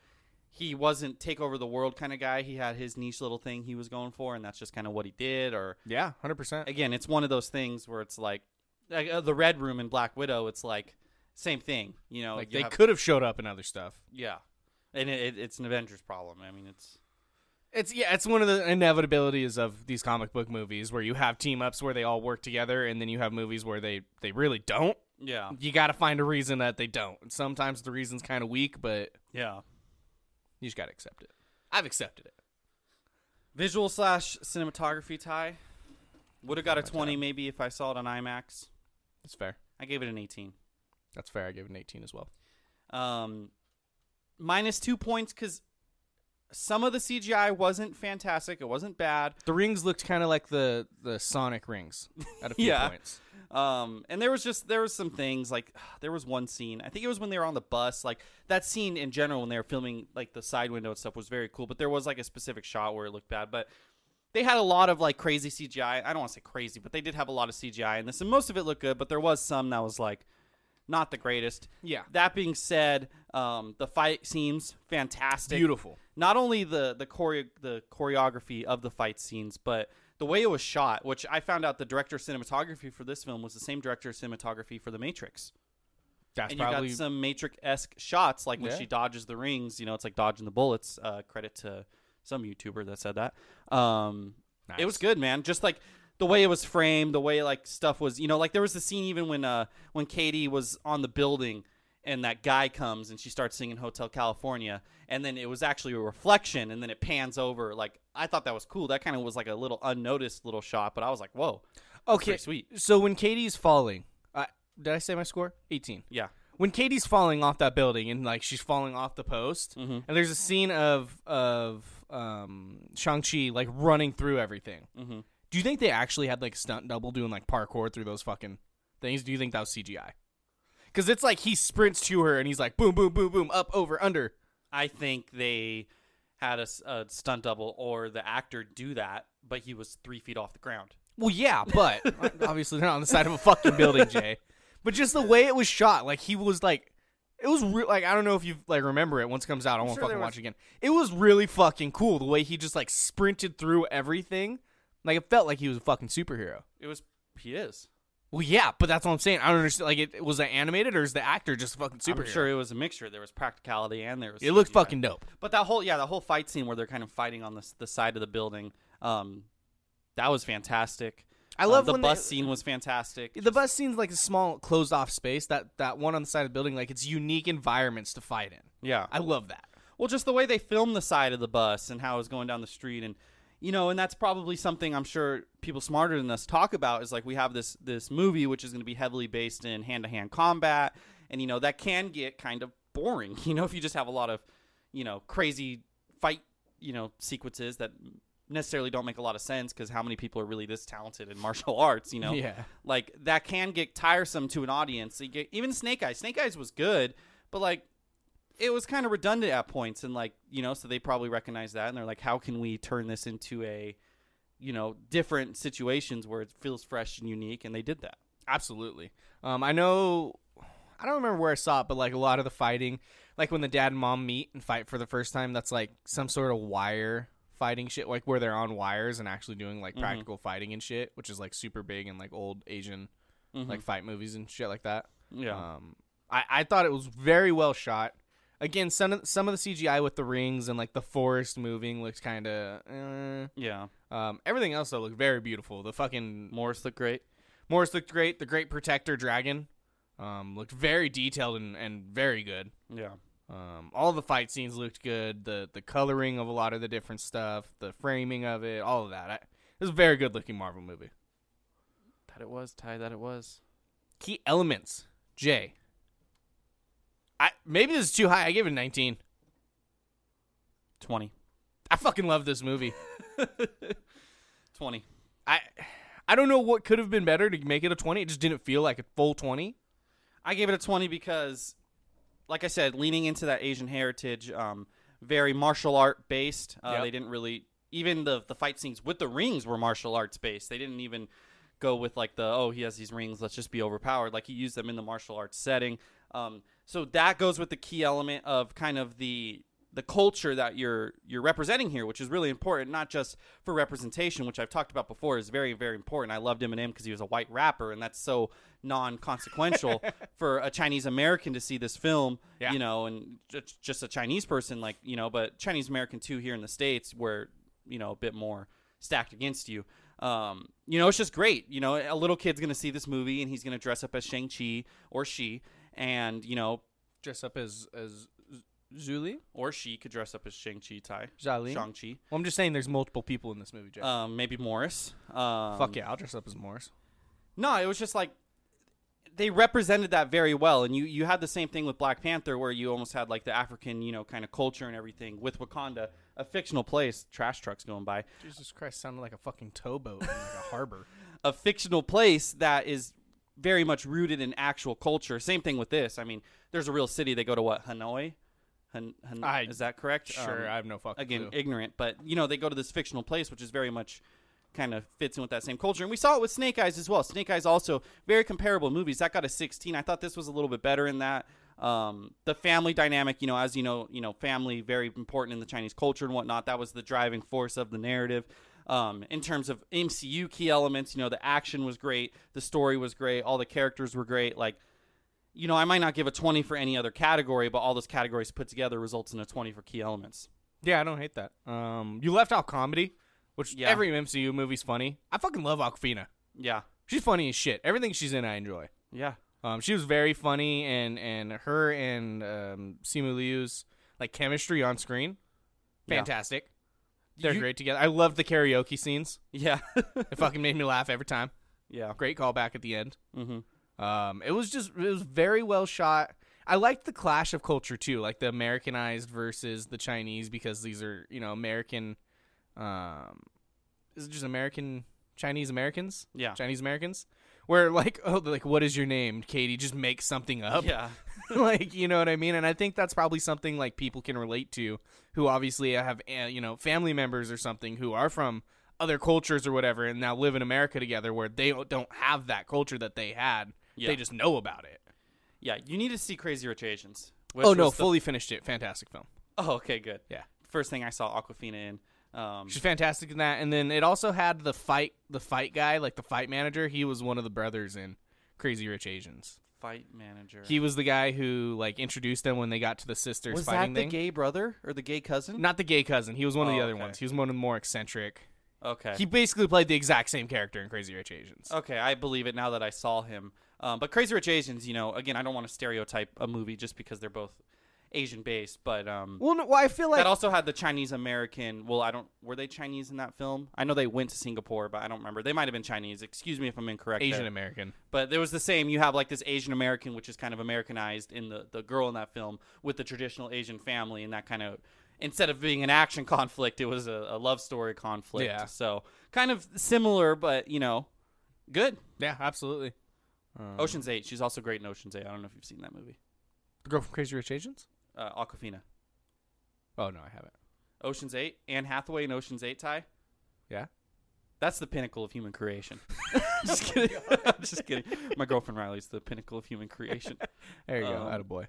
he wasn't take over the world kind of guy. He had his niche little thing he was going for, and that's just kind of what he did. Or
Yeah, hundred percent.
again, it's one of those things where it's like, like uh, the Red Room in Black Widow. It's like same thing, you know.
Like
you
they
have-
could have showed up in other stuff.
yeah. And it, it, it's an Avengers problem. I mean, it's
It's yeah, it's one of the inevitabilities of these comic book movies where you have team ups where they all work together, and then you have movies where they they really don't.
yeah,
You got to find a reason that they don't. And sometimes the reason's kind of weak, but
yeah.
you just got to accept it. I've accepted it.
Visual slash cinematography tie would have got a twenty maybe if I saw it on IMAX.
That's fair.
I gave it an eighteen.
That's fair. I gave it an eighteen as well.
um, minus two points because Some of the CGI wasn't fantastic. It wasn't bad.
The rings looked kind of like the the Sonic rings at a *laughs* few
Yeah.
points.
Um, and there was just there was some things like *sighs* there was one scene. I think it was when they were on the bus. Like that scene in general when they were filming like the side window and stuff was very cool. But there was like a specific shot where it looked bad. But they had a lot of like crazy CGI. I don't want to say crazy, but they did have a lot of CGI in this, and most of it looked good. But there was some that was like not the greatest.
Yeah.
That being said, um, the fight seems fantastic,
Beautiful.
Not only the the choreo- the choreography of the fight scenes, but the way it was shot, which I found out the director of cinematography for this film was the same director of cinematography for The Matrix.
That's
and you
probably
got some Matrix esque shots, like when
Yeah.
she dodges the rings. You know, it's like dodging the bullets. Uh, credit to some YouTuber that said that. Um, It was
Nice.
good, man. Just like the way it was framed, the way like stuff was. You know, like there was the scene even when uh when Katie was on the building and that guy comes and she starts singing Hotel California, and then it was actually a reflection, and then it pans over. Like I thought that was cool. That kind of was like a little unnoticed little shot, but I was like, whoa,
okay.
pretty sweet.
So when Katie's falling, I did I say my score? Eighteen.
yeah.
when Katie's falling off that building and like she's falling off the post,
Mm-hmm.
and there's a scene of of um, Shang Chi like running through everything. Mm-hmm. Do you think they actually had like a stunt double doing like parkour through those fucking things? Do you think that was CGI? Because it's like he sprints to her and he's like boom, boom, boom, boom, up, over, under.
I think they had a, s- a stunt double or the actor do that, but he was three feet off the ground.
Well, yeah,
*laughs*
but obviously not on the side of a fucking building, Jay. But just the way it was shot, like he was like, it was re- like I don't know if you like remember it. Once it comes out, I won't
sure
fucking
there was-
watch it again. It was really fucking cool the way he just like sprinted through everything. Like it felt like he was a fucking superhero.
It was he is.
Well, yeah, but that's what I'm saying. I don't understand. Like, it was that animated or is the actor just a fucking superhero?
I'm sure it was a mixture. There was practicality and there was.
It looked
CGI.
fucking dope.
But that whole yeah, that whole fight scene where they're kind of fighting on this the side of the building, um, that was fantastic.
I
Um,
love
the
when
bus
they-
scene was fantastic.
The bus scene's like a small closed off space. That that one on the side of the building, like it's unique environments to fight in.
yeah,
I love that.
Well, just the way they filmed the side of the bus and how it was going down the street, and you know, and that's probably something I'm sure people smarter than us talk about is like we have this this movie which is going to be heavily based in hand to hand combat, and you know that can get kind of boring, *laughs* you know, if you just have a lot of you know crazy fight you know sequences that necessarily don't make a lot of sense because how many people are really this talented in *laughs* martial arts, you know?
Yeah.
like that can get tiresome to an audience. You get- even Snake Eyes, Snake Eyes was good, but like it was kind of redundant at points and like you know so they probably recognize that and they're like how can we turn this into a you know different situations where it feels fresh and unique and they did that
Absolutely. Um, I know. I don't remember where I saw it, but like a lot of the fighting, like when the dad and mom meet and fight for the first time, that's like some sort of wire fighting shit, like where they're on wires and actually doing like practical fighting and shit, which is like super big in like old Asian like fight movies and shit like that.
Yeah.
Um, I I thought it was very well shot. Again, some of, some of the CGI with the rings and like the forest moving looked kind of. Uh,
yeah
um, everything else though looked very beautiful. The fucking
morris looked great
Morris looked great. The Great Protector Dragon um, looked very detailed and, and very good.
yeah
Um, all the fight scenes looked good. The the coloring of a lot of the different stuff, the framing of it, all of that. I, it was a very good looking Marvel movie.
that it was ty that it was
Key elements, Jay. I maybe this is too high. I gave it a 19.
20
I fucking love this movie.
20
I I don't know what could have been better to make it a 20. It just didn't feel like a full 20.
I gave it a 20 because, like I said, leaning into that Asian heritage, um, very martial art based. Uh,
Yep.
They didn't really, even the, the fight scenes with the rings were martial arts based. They didn't even go with like the, oh, he has these rings, let's just be overpowered. Like he used them in the martial arts setting. Um, so that goes with the key element of kind of the the culture that you're you're representing here, which is really important, not just for representation, which I've talked about before, is very very important. I loved Eminem because he was a white rapper, and that's so non-consequential for a Chinese American to see this film,
Yeah.
you know, and ju- just a Chinese person, like you know, but Chinese American too here in the states, where you know a bit more stacked against you. Um, you know, it's just great. You know, a little kid's gonna see this movie and he's gonna dress up as Shang Chi or she, and you know,
Dress up as as Zuli.
or she could dress up as Shang Chi Tai,
Zhao-Ling?
Shang Chi,
Well, I'm just saying there's multiple people in this movie, Jay.
um, maybe Morris. Um,
Fuck yeah, I'll dress up as Morris.
No, it was just like they represented that very well, and you you had the same thing with Black Panther, where you almost had like the African, you know, kind of culture and everything with Wakanda a fictional place. Trash trucks going by.
Jesus Christ sounded like a fucking towboat in like *laughs* a harbor.
a fictional place that is very much rooted in actual culture. Same thing with this. I mean, there's a real city. They go to what Hanoi. Han- Han-
I-
is that correct?
sure, I have no fucking
Um, Again,
clue.
ignorant, but you know they go to this fictional place, which is very much kind of fits in with that same culture. And we saw it with Snake Eyes as well. Snake Eyes also very comparable movies. That got a 16. I thought this was a little bit better in that. Um, the family dynamic, you know, as you know, you know, family very important in the Chinese culture and whatnot. That was the driving force of the narrative. Um, in terms of MCU key elements, you know, the action was great, the story was great, all the characters were great. Like, you know, I might not give a 20 for any other category, but all those categories put together results in a 20 for key elements.
yeah, I don't hate that. Um, you left out comedy, which
Yeah.
every MCU movie's funny. I fucking love Aquafina.
Yeah.
She's funny as shit. Everything she's in, I enjoy.
Yeah.
Um, she was very funny, and and her and um, Simu Liu's like chemistry on screen,
Yeah.
fantastic. They're
You-
great together. I love the karaoke scenes.
Yeah. *laughs*
It fucking made me laugh every time.
yeah.
Great callback at the end.
Mm-hmm.
Um, it was just it was very well shot. I liked the clash of culture too, like the Americanized versus the Chinese, because these are you know American, um, is it just American Chinese Americans?
Yeah.
Chinese Americans. Where like *laughs* oh they're like what is your name, Katie? Just make something up.
Yeah.
*laughs* like you know what I mean. And I think that's probably something like people can relate to, who obviously have uh, you know family members or something who are from other cultures or whatever, and now live in America together, where they don't have that culture that they had.
Yeah.
They just know about it.
Yeah. You need to see Crazy Rich Asians. which
Oh no,
was the-
fully finished it. Fantastic film.
Oh, okay, good.
Yeah.
First thing I saw Aquafina in. Um,
She's fantastic in that. And then it also had the fight, the fight guy, like the fight manager. He was one of the brothers in Crazy Rich Asians.
fight manager.
He was the guy who like introduced them when they got to the sisters
was that
fighting
the
thing.
gay brother or the gay cousin?
Not the gay cousin. He was one of
Oh,
the other
okay.
ones. He was one of the more eccentric.
Okay.
He basically played the exact same character in Crazy Rich Asians.
Okay, I believe it now that I saw him. Um, but Crazy Rich Asians, you know, again, I don't want to stereotype a movie just because they're both Asian based, but um,
Well, no, well, I feel like
that also had the Chinese American. Well, I don't. Were they Chinese in that film? I know they went to Singapore, but I don't remember. They might have been Chinese. Excuse me if I'm incorrect.
Asian
there.
American.
But there was the same. You have like this Asian American, which is kind of Americanized in the the girl in that film with the traditional Asian family, and that kind of instead of being an action *laughs* conflict, it was a, a love story conflict.
Yeah.
So kind of similar, but you know, good.
Yeah, absolutely. Um,
Ocean's Eight. She's also great in Ocean's Eight. I don't know if you've seen that movie.
The girl from Crazy Rich Asians?
Uh, Aquafina.
Oh no, I haven't.
Ocean's Eight. Anne Hathaway in Ocean's Eight. Ty.
Yeah.
That's the pinnacle of human creation. *laughs* just kidding. *laughs* I'm just kidding. My girlfriend Riley's the pinnacle of human creation.
There you
Um,
go. Atta *laughs* boy.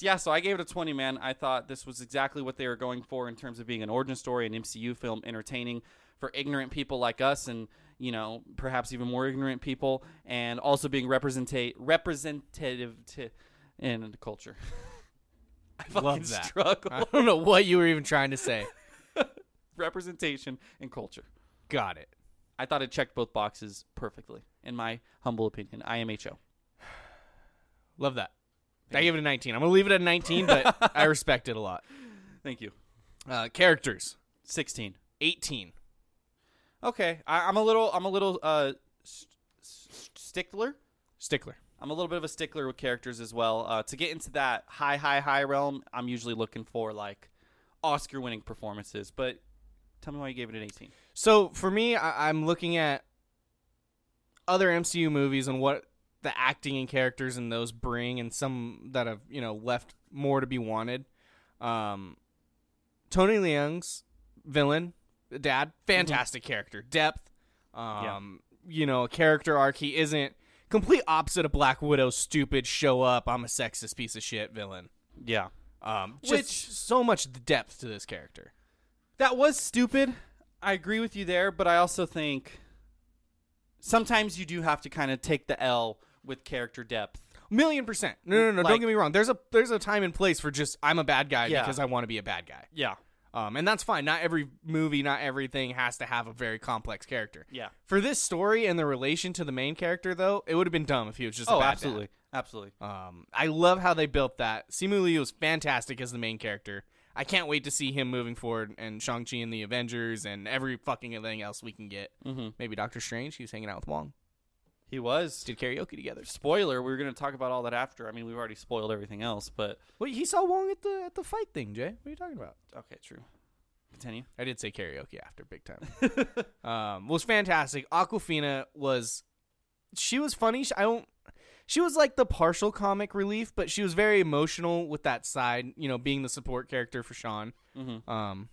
yeah, so I gave it a 20, man. I thought this was exactly what they were going for in terms of being an origin story, an MCU film, entertaining for ignorant people like us and, you know, perhaps even more ignorant people, and also being representate representative to, in the culture. *laughs* I fucking
Love that.
struggle. *laughs*
*laughs* I don't know what you were even trying to say.
Representation and culture.
*laughs* Got it.
I thought it checked both boxes perfectly, in my humble opinion. IMHO.
Love that. I gave it a 19. I'm gonna leave it at 19, but *laughs* I respect it a lot.
Thank you.
Uh, characters
16.
18.
Okay, I, I'm a little, I'm a little uh, st- st- stickler.
Stickler.
I'm a little bit of a stickler with characters as well. Uh, to get into that high, high, high realm, I'm usually looking for like Oscar-winning performances. But tell me why you gave it an 18.
So for me, I- I'm looking at other MCU movies and what the acting and characters in those bring, and some that have you know left more to be wanted. Um, Tony Leung's villain, the dad, fantastic character, depth. Um, you know, a character arc. He isn't complete opposite of Black Widow, stupid, show up, I'm a sexist piece of shit villain.
Yeah,
Um, just Which
Which-
so much depth to this character.
that was stupid. I agree with you there, but I also think sometimes you do have to kind of take the L with character depth.
Million percent. No, no, no.
Like-
don't get me wrong. There's a there's a time and place for just I'm a bad guy
Yeah.
because I want to be a bad guy.
Yeah,
Um, and that's fine. Not every movie, not everything has to have a very complex character.
Yeah.
For this story and the relation to the main character, though, it would have been dumb if he was just. a
oh,
bad dad.
absolutely, absolutely.
Um, I love how they built that. Simu Liu is fantastic as the main character. I can't wait to see him moving forward and Shang Chi and the Avengers and every fucking thing else we can get. Mm-hmm. Maybe Doctor Strange. He was hanging out with Wong.
He was.
Did karaoke together.
Spoiler, we were going to talk about all that after. I mean, we've already spoiled everything else, but
Well, he saw Wong at the at the fight thing, Jay. What are you talking about?
okay, true. Continue.
I did say karaoke after big time. *laughs* um, was fantastic. Aquafina was, she was funny. She, I don't. She was like the partial comic relief, but she was very emotional with that side. You know, being the support character for Sean. Um,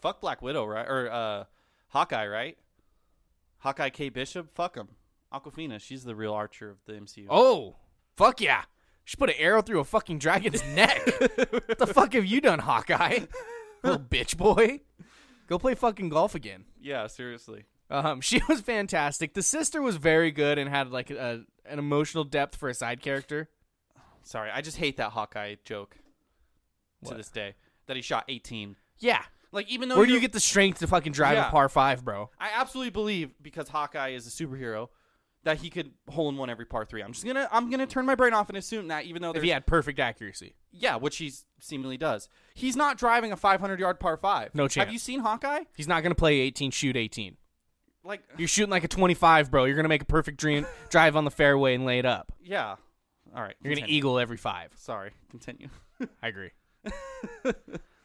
Fuck Black Widow, right? Or uh, Hawkeye, right? Hawkeye K Bishop, fuck him. Aquafina, she's the real archer of the MCU.
oh, fuck yeah! She put an arrow through a fucking dragon's neck. what the fuck have you done, Hawkeye? Little bitch boy. Go play fucking golf again.
Yeah, seriously.
Um, she *laughs* was fantastic. The sister was very good and had like a, an emotional depth for a side character.
Sorry, I just hate that Hawkeye joke to
What?
this day that he shot 18.
Yeah.
Like even though
Where do you
you're-
get the strength to fucking drive
Yeah.
a par five, bro?
I absolutely believe because Hawkeye is a superhero that he could hole in one every par three. I'm just gonna I'm gonna turn my brain off and assume that even though
If
there's
he had perfect accuracy.
yeah, which he seemingly does, he's not driving a 500 yard par five.
No
Have
chance.
you seen Hawkeye?
He's not gonna play eighteen, shoot eighteen.
Like
You're shooting like a twenty five, bro. You're gonna make a perfect dream *laughs* drive on the fairway and lay it up.
yeah, all right.
You're gonna
continue.
eagle every five.
Sorry,
*laughs*
continue.
I agree.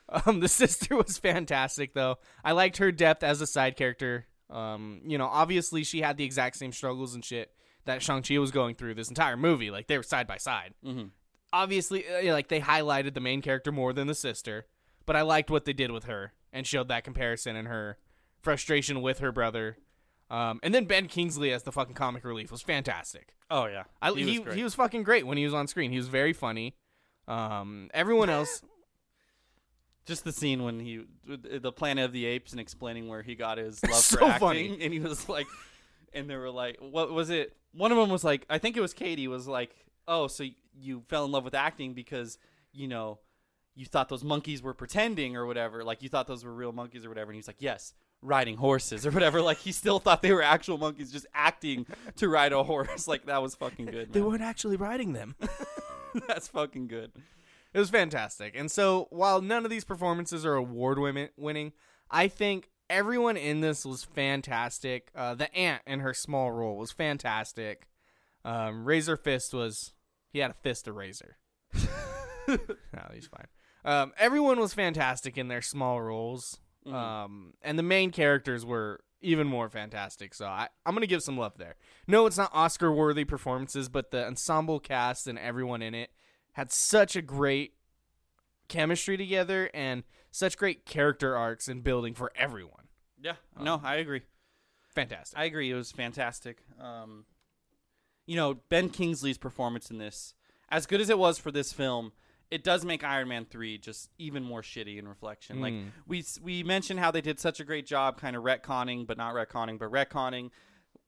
um, the sister was fantastic, though. I liked her depth as a side character. Um, you know, obviously she had the exact same struggles and shit that Shang Chi was going through this entire movie. Like they were side by side. Mm-hmm. Obviously, uh, yeah, like they highlighted the main character more than the sister, but I liked what they did with her and showed that comparison and her frustration with her brother. Um, and then Ben Kingsley as the fucking comic relief was fantastic.
Oh yeah,
I, he, he was, fucking great when he was on screen. He was very funny. Um, everyone else,
just the scene when he with the Planet of the Apes and explaining where he got
*laughs*
his love
So
for acting,
funny.
*laughs* and he was like, and they were like, what was it? One of them was like, I think it was Katie was like, oh, so y- you fell in love with acting because you know you thought those monkeys were pretending or whatever, like you thought those were real monkeys or whatever, and he's like, yes. Riding horses or whatever, *laughs* like he still thought they were actual monkeys, just acting to ride a horse. *laughs* Like that was
*laughs*
fucking good.
they
man.
weren't actually riding them.
*laughs* That's fucking good.
it was fantastic. And so, while none of these performances are award women- winning, I think everyone in this was fantastic. Uh, the aunt in her small role was fantastic. Um, Razor Fist was he had a fist of razor. no, he's fine. Um, everyone was fantastic in their small roles. Um, and the main characters were even more fantastic. So I, I'm going to give some love there. No, it's not Oscar worthy performances, but the ensemble cast and everyone in it had such a great chemistry together and such great character arcs and building for everyone.
Yeah. No, I agree.
Fantastic.
I agree. It was fantastic. Um, you know, Ben Kingsley's performance in this, as good as it was for this film, it does make Iron Man three just even more shitty in reflection. Like we s- we mentioned how they did such a great job, kind of retconning, but not retconning, but retconning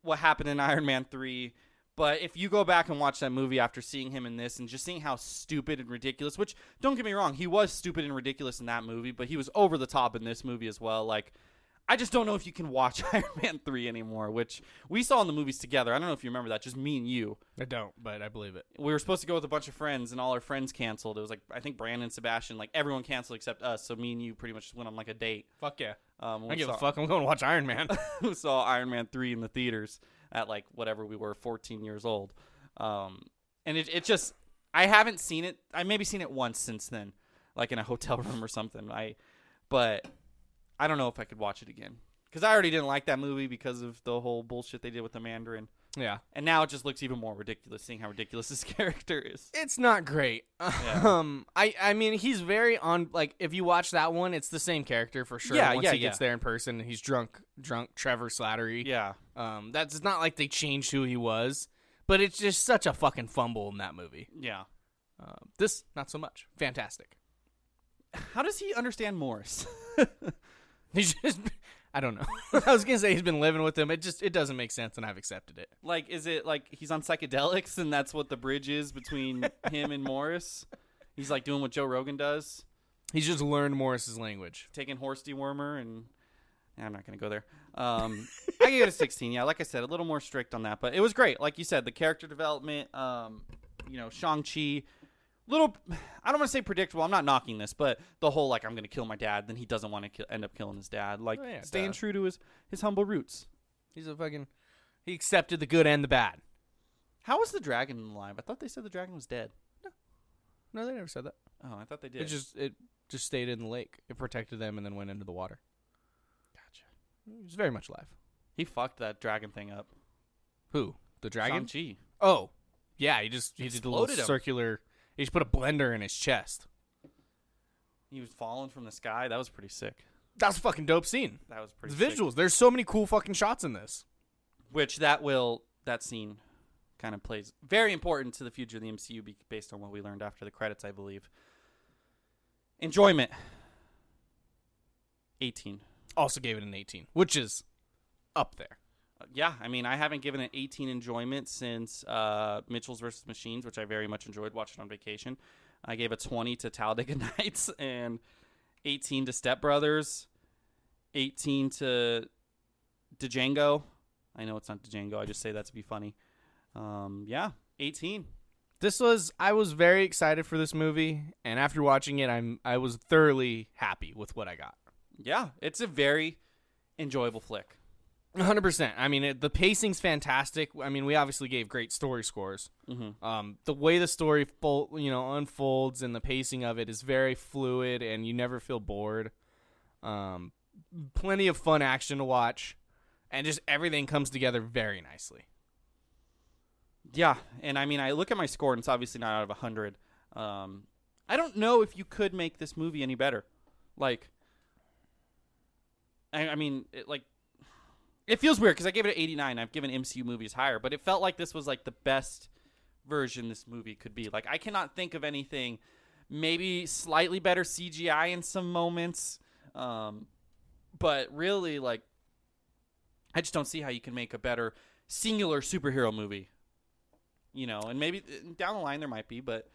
what happened in *laughs* Iron Man three. But if you go back and watch that movie after seeing him in this and just seeing how stupid and ridiculous, which don't get me wrong, he was stupid and ridiculous in that movie, but he was over the top in this movie as well. Like, I just don't know if you can watch *laughs* Iron Man 3 anymore, which we saw in the movies together. I don't know if you remember that, just me and you.
I don't, but I believe it.
We were supposed to go with a bunch of friends, and all our friends canceled. It was like, I think Brandon, Sebastian, like everyone canceled except us. So me and you pretty much just went on like a date.
Fuck yeah.
Um,
I
we
don't give a
saw-
fuck. I'm going to watch Iron Man. *laughs*
*laughs* who saw Iron Man 3 in the theaters at like whatever we were 14 years old. Um, and it, it just, I haven't seen it. I maybe seen it once since then, like in a hotel *laughs* room or something. I, but I don't know if I could watch it again because I already didn't like that movie because of the whole bullshit they did with the Mandarin.
yeah.
And now it just looks even more ridiculous seeing how ridiculous *laughs* this character is.
It's not great. *laughs* Um, I I mean he's very on like if you watch that one, it's the same character for sure.
Yeah,
once
yeah,
he gets
yeah.
there in person, he's drunk, drunk Trevor Slattery.
Yeah.
Um, that's it's not like they changed who he was, but it's just such a fucking fumble in that movie.
Yeah.
Uh, this not so much. Fantastic.
How does he understand Morris?
*laughs* He's just I don't know. *laughs* I was gonna say he's been living with him. It just it doesn't make sense, and I've accepted it.
Like, is it like he's on psychedelics and that's what the bridge is
*laughs*
between him and Morris? He's like doing what Joe Rogan does,
He's just learned Morris's language.
taking horse dewormer, and nah, I'm not gonna go there. Um, I give it a 16. Yeah, like I said, a little more strict on that, but it was great. Like you said, the character development, um, you know, Shang Chi, little. I don't want to say predictable. I'm not knocking this, but the whole like I'm gonna kill my dad, then he doesn't want to ki- end up killing his dad. Like
Oh, yeah,
staying
duh.
true to his his humble roots.
He's a fucking. He accepted the good and the bad.
How is the dragon alive? I thought they said the dragon was dead.
No, they never said that.
Oh, I thought they did.
It just it just stayed in the lake. It protected them and then went into the water.
Gotcha.
It was very much alive.
he fucked that dragon thing up.
Who? The dragon?
Shang-Chi.
Oh, yeah. He just he did a little
Exploded him.
circular. He just put a blender in his chest.
He was falling from the sky. That was pretty sick.
That's a fucking dope scene.
That was pretty
It's
sick.
visuals. There's so many cool fucking shots in this.
Which that will that scene kind of plays very important to the future of the MCU be- based on what we learned after the credits, I believe. Enjoyment. 18.
Also gave it an 18, which is up there.
Uh, Yeah, I mean, I haven't given it 18 enjoyment since uh, Mitchell's versus Machines, which I very much enjoyed watching on vacation. I gave a 20 to Talladega *laughs* Nights and 18 to Step Brothers, 18 to Django. I know it's not Django. I just say that to be funny. Um, yeah, 18.
This was I was very excited for this movie, and after watching it, I'm I was thoroughly happy with what I got.
Yeah, it's a very enjoyable flick.
100%. I mean, it, the pacing's fantastic. I mean, we obviously gave great story scores. Mm-hmm. Um, the way the story fol- you know unfolds and the pacing of it is very fluid, and you never feel bored. Um, plenty of fun action to watch, and just everything comes together very nicely.
Yeah, and I mean, I look at my score, and it's obviously not out of hundred. Um, I don't know if you could make this movie any better. Like, I, I mean, it, like, it feels weird because I gave it an eighty-nine. I've given MCU movies higher, but it felt like this was like the best version this movie could be. Like, I cannot think of anything. Maybe slightly better CGI in some moments, um, but really, like, I just don't see how you can make a better singular superhero movie you know, and maybe uh, down the line there might be, but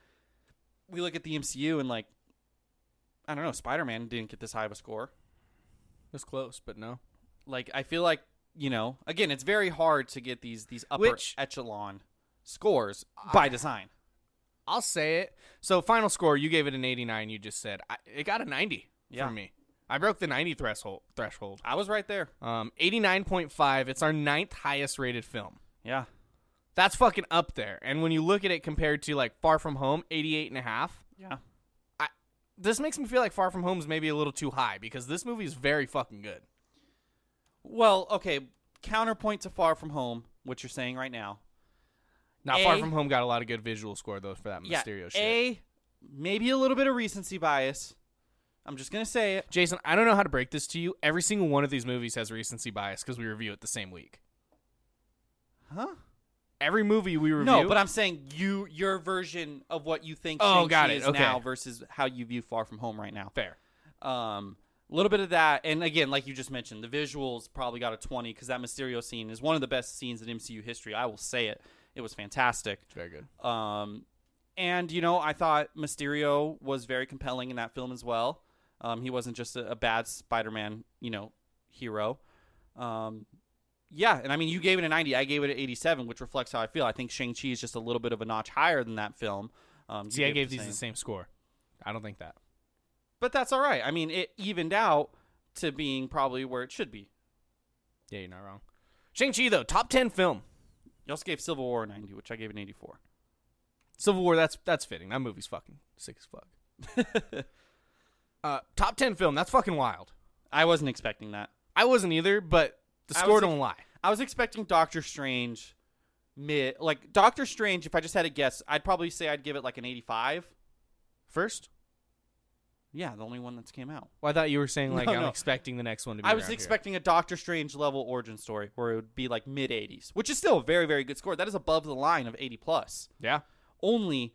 we look at the MCU and like, I don't know, Spider Man didn't get this high of a score.
It's close, but no.
Like, I feel like you know, again, it's very hard to get these these upper
Which-
echelon scores by design.
I'll say it. So final score, you gave it an 89. You just said I, it got a 90
Yeah.
from me. I broke the 90 threshold. Threshold.
I was right there.
Um, 89.5. It's our ninth highest rated film.
Yeah,
That's fucking up there. And when you look at it compared to like Far From Home, 88 and a half,
yeah,
this makes me feel like Far From Home is maybe a little too high because this movie is very fucking good.
Well, okay. Counterpoint to Far From Home, what you're saying right now.
Now, Far
A-
From Home got a lot of good visual score though for that Mysterio
yeah,
shit.
A maybe a little bit of recency bias. I'm just gonna say it.
Jason, I don't know how to break this to you. Every single one of these movies has recency bias because we review it the same week.
Huh?
Every movie we review.
No, but I'm saying you your version of what you think
Oh,
Shang-Chi
got it.
is
Okay.
now versus how you view Far From Home right now.
fair.
Um, a little bit of that, and again, like you just mentioned, the visuals probably got a 20 because that Mysterio scene is one of the best scenes in MCU history. I will say it. It was fantastic.
Very good.
Um, and you know, I thought Mysterio was very compelling in that film as well. Um, he wasn't just a, a bad Spider-Man, you know, hero. Um, yeah, and I mean, you gave it a 90. I gave it an 87, which reflects how I feel. I think Shang Chi is just a little bit of a notch higher than that film. Um, you
See, I
it
gave these the same score. I don't think that.
but that's all right. I mean, it evened out to being probably where it should be.
Yeah, you're not wrong. Shang-Chi, though, top 10 film.
You also gave Civil War a 90, which I gave an 84.
Civil War, that's that's fitting. That movie's fucking sick as fuck.
*laughs*
uh, top 10 film, that's fucking wild.
I wasn't expecting that.
I wasn't either, but the
I
score
was-
don't lie.
I was expecting Doctor Strange mid like Doctor Strange if I just had to guess I'd probably say I'd give it like an 85.
First?
Yeah, the only one that's came out.
Well, I thought you were saying,
*laughs*
like,
No,
I'm
no.
expecting the next one to be
I was
around here.
expecting a Doctor Strange level origin story where it would be like mid 80s, which is still a very very good score. That is above the line of 80 plus.
Yeah.
Only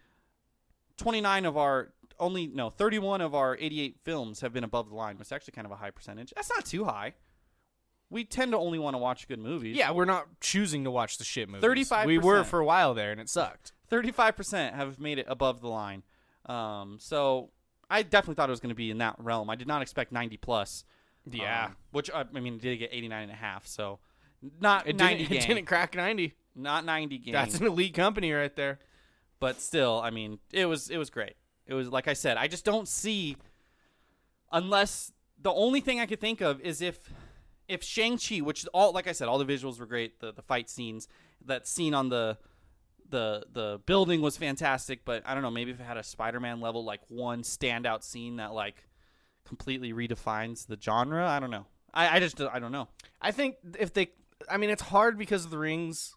29 of our only no, 31 of our 88 films have been above the line, which is actually kind of a high percentage. That's not too high. We tend to only want to watch good movies.
Yeah, we're not choosing to watch the shit movies.
35%.
We were for a while there, and it sucked.
Thirty-five percent have made it above the line. Um, so I definitely thought it was going to be in that realm. I did not expect ninety plus.
Yeah.
um, which I, I mean, it did get 89 and a half. So not
It
90
didn't,
gang,
it didn't crack 90.
not ninety game.
That's an elite company right there.
but still, I mean, it was it was great. It was like I said, I just don't see unless the only thing I could think of is if if Shang Chi, which all like I said, all the visuals were great, the the fight scenes, that scene on the the the building was fantastic, but I don't know, maybe if it had a Spider-Man level like one standout scene that like completely redefines the genre, I don't know. I, I just I don't know.
I think if they, I mean, it's hard because of the rings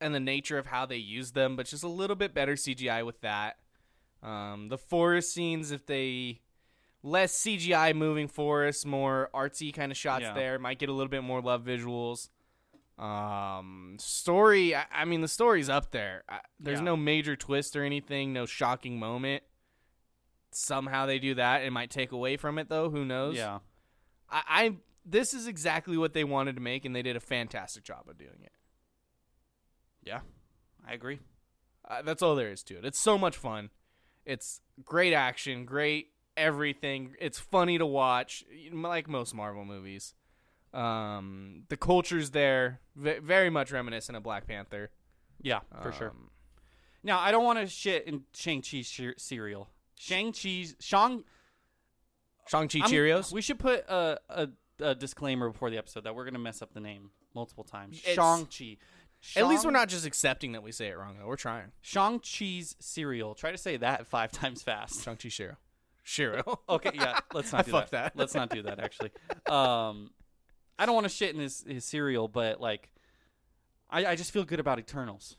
and the nature of how they use them, but just a little bit better CGI with that. Um, the forest scenes, if they less CGI moving forests, more artsy kind of shots
Yeah.
there, might get a little bit more love visuals. Um, story, I, I mean, the story's up there. I, there's
Yeah.
no major twist or anything, no shocking moment. Somehow they do that. It might take away from it though. Who knows?
Yeah.
I, I this is exactly what they wanted to make, and they did a fantastic job of doing it.
Yeah. I agree.
Uh, that's all there is to it. It's so much fun. It's great action, great everything. It's funny to watch, m- like most Marvel movies. Um, the culture's there, v- very much reminiscent of Black Panther.
Yeah, for sure.
Um,
Now, I don't want to shit in Shang-Chi's cer- cereal. Shang-Chi's Shang
Shang-Chi
I'm-
Cheerios.
We should put a, a a disclaimer before the episode that we're gonna mess up the name multiple times.
It's-
Shang-Chi.
At least
Shang-
we're not just accepting that we say it wrong, though. We're trying.
Shang-Chi's cereal. Try to say that five *laughs* times fast.
Shang-Chi Shiro. *laughs*
*laughs*
Shiro.
Okay, yeah, let's not
I
do
fucked
that.
that.
Let's not do that actually. Um I don't want to shit in his, his cereal, but like I, I just feel good about Eternals.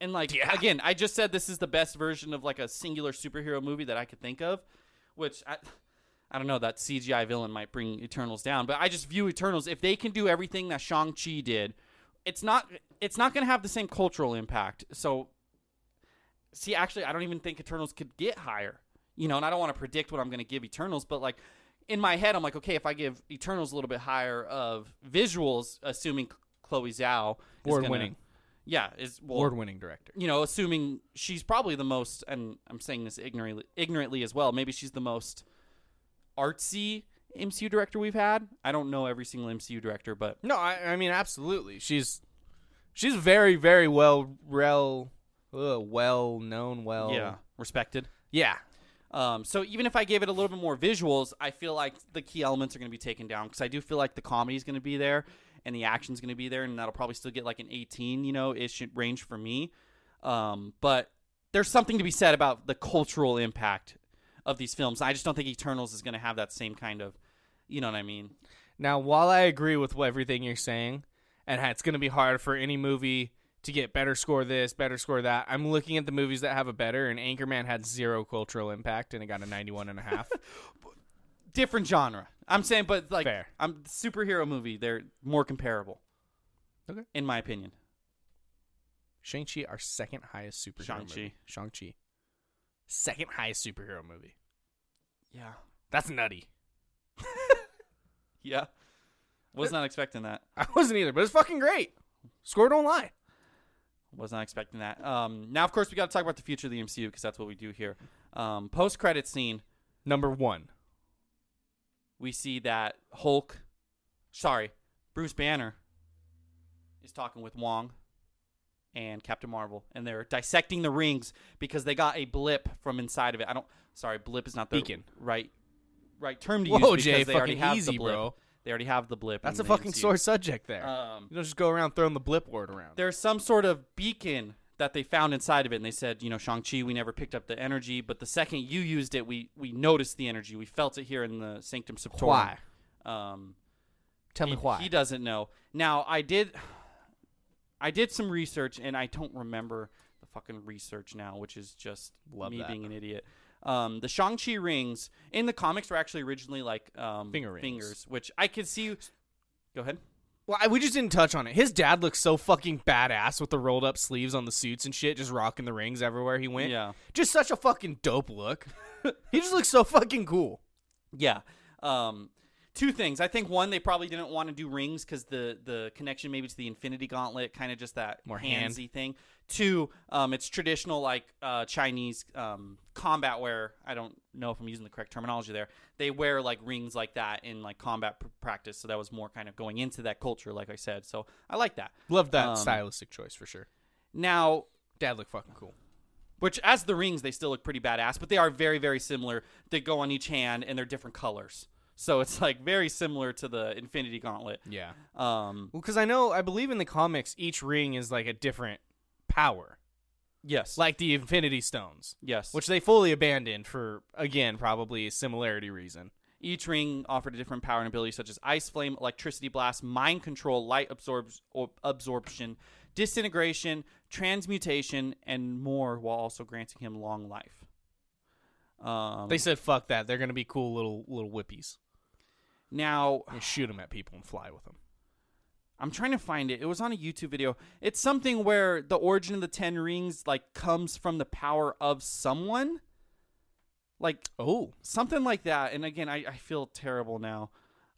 And like
Yeah.
again, I just said this is the best version of like a singular superhero movie that I could think of, which I *sighs* I don't know, that CGI villain might bring Eternals down, but I just view Eternals if they can do everything that Shang-Chi did, it's not it's not going to have the same cultural impact. So see, actually, I don't even think Eternals could get higher. You know, and I don't want to predict what I'm going to give Eternals, but like in my head, I'm like, okay, if I give Eternals a little bit higher of visuals, assuming Chloe Zhao is
Award
gonna-
winning.
yeah, is well,
Award-winning director.
you know, assuming she's probably the most, and I'm saying this ignorantly, ignorantly as well. Maybe she's the most artsy MCU director we've had. I don't know every single MCU director, but
No, I, I mean absolutely. She's she's very very well well uh, well known. Well,
yeah, Oh, respected.
yeah.
Um, so even if I gave it a little bit more visuals, I feel like the key elements are going to be taken down because I do feel like the comedy's going to be there and the action's going to be there, and that'll probably still get like an 18, you know, ish range for me. Um, but there's something to be said about the cultural impact of these films. I just don't think Eternals is going to have that same kind of, you know what I mean?
Now, while I agree with what- everything you're saying, and it's going to be hard for any movie to get better score this, better score that, I'm looking at the movies that have a better. And Anchorman had zero cultural impact, and it got a 91 and a half.
Different genre. I'm saying, but like,
Fair.
I'm superhero movie. They're more comparable,
Okay.
in my opinion.
Shang Chi, our second highest superhero movie. Shang Chi, second highest superhero movie.
Yeah,
That's nutty. *laughs*
*laughs* yeah. Was not expecting that.
I wasn't either, but it's fucking great. Score don't lie.
Was not expecting that. Um, now, of course, we got to talk about the future of the MCU because that's what we do here. Um, Post credit scene,
Number one.
we see that Hulk, sorry, Bruce Banner is talking with Wong and Captain Marvel, and they're dissecting the rings because they got a blip from inside of it. I don't, sorry, blip is not the
Beacon.
right right term to use
Whoa,
because
Jay,
they already
fucking
have
easy,
the blip.
bro.
They already have the blip.
That's
in
a
the
fucking
MCU.
sore subject there.
Um,
you don't just go around throwing the blip word around.
there's some sort of beacon that they found inside of it and they said you know shang-chi we never picked up the energy but the second you used it we we noticed the energy we felt it here in the sanctum
Why?
sanctorum um
Tell me
he-
why.
he doesn't know now i did i did some research and i don't remember the fucking research now which is just
Love
me
that.
being an idiot um, the Shang-Chi rings in the comics were actually originally like um,
Finger rings.
fingers, which I could see. Go ahead.
Well, I, we just didn't touch on it. His dad looks so fucking badass with the rolled up sleeves on the suits and shit, just rocking the rings everywhere he went.
Yeah.
Just such a fucking dope look. *laughs* he just looks so fucking cool.
Yeah. Um, two things. I think one, they probably didn't want to do rings because the the connection maybe to the Infinity Gauntlet, kind of just that
More hand.
handsy thing. Two, um, it's traditional like uh, Chinese um, combat wear. I don't know if I'm using the correct terminology there. They wear like rings like that in like combat pr- practice. So that was more kind of going into that culture, like I said. So I like that.
Love that
Um,
stylistic choice for sure.
Now,
Dad looked fucking cool.
which as the rings, they still look pretty badass, but they are very, very similar. They go on each hand and they're different colors. So it's *laughs* like very similar to the Infinity Gauntlet.
Yeah.
Um,
Well, because I know, I believe in the comics, each ring is like a different power.
Yes.
like the Infinity Stones,
yes.
which they fully abandoned for again probably a similarity reason.
Each ring offered a different power and ability, such as ice flame, electricity blast, mind control, light absorbs or absorption, disintegration, transmutation, and more, while also granting him long life. Um,
They said, "Fuck that! They're gonna be cool little little whippies
now
and shoot them at people and fly with them."
I'm trying to find it. It was on a YouTube video. It's something where the origin of the Ten Rings like comes from the power of someone, like
Oh,
something like that. And again, I, I feel terrible now.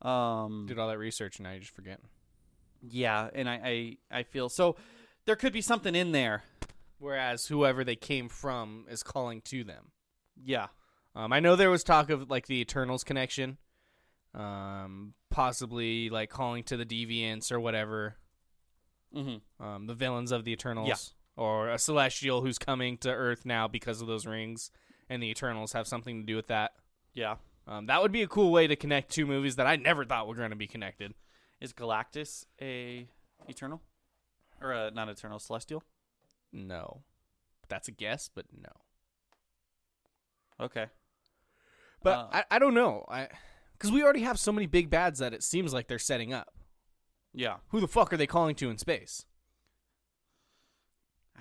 Um,
did all that research and now you just forget.
yeah, and I, I I feel so. There could be something in there.
Whereas whoever they came from is calling to them.
Yeah,
Um, I know there was talk of like the Eternals connection, um, possibly like calling to the Deviants or whatever,
hmm
um, the villains of the Eternals, or a Celestial who's coming to Earth now because of those rings, and the Eternals have something to do with that.
yeah.
Um, that would be a cool way to connect two movies that I never thought were going to be connected.
Is Galactus a eternal or a not eternal celestial?
No, that's a guess, but no.
Okay.
But
Uh,
I, I don't know, I because we already have so many big bads that it seems like they're setting up.
Yeah,
Who the fuck are they calling to in space?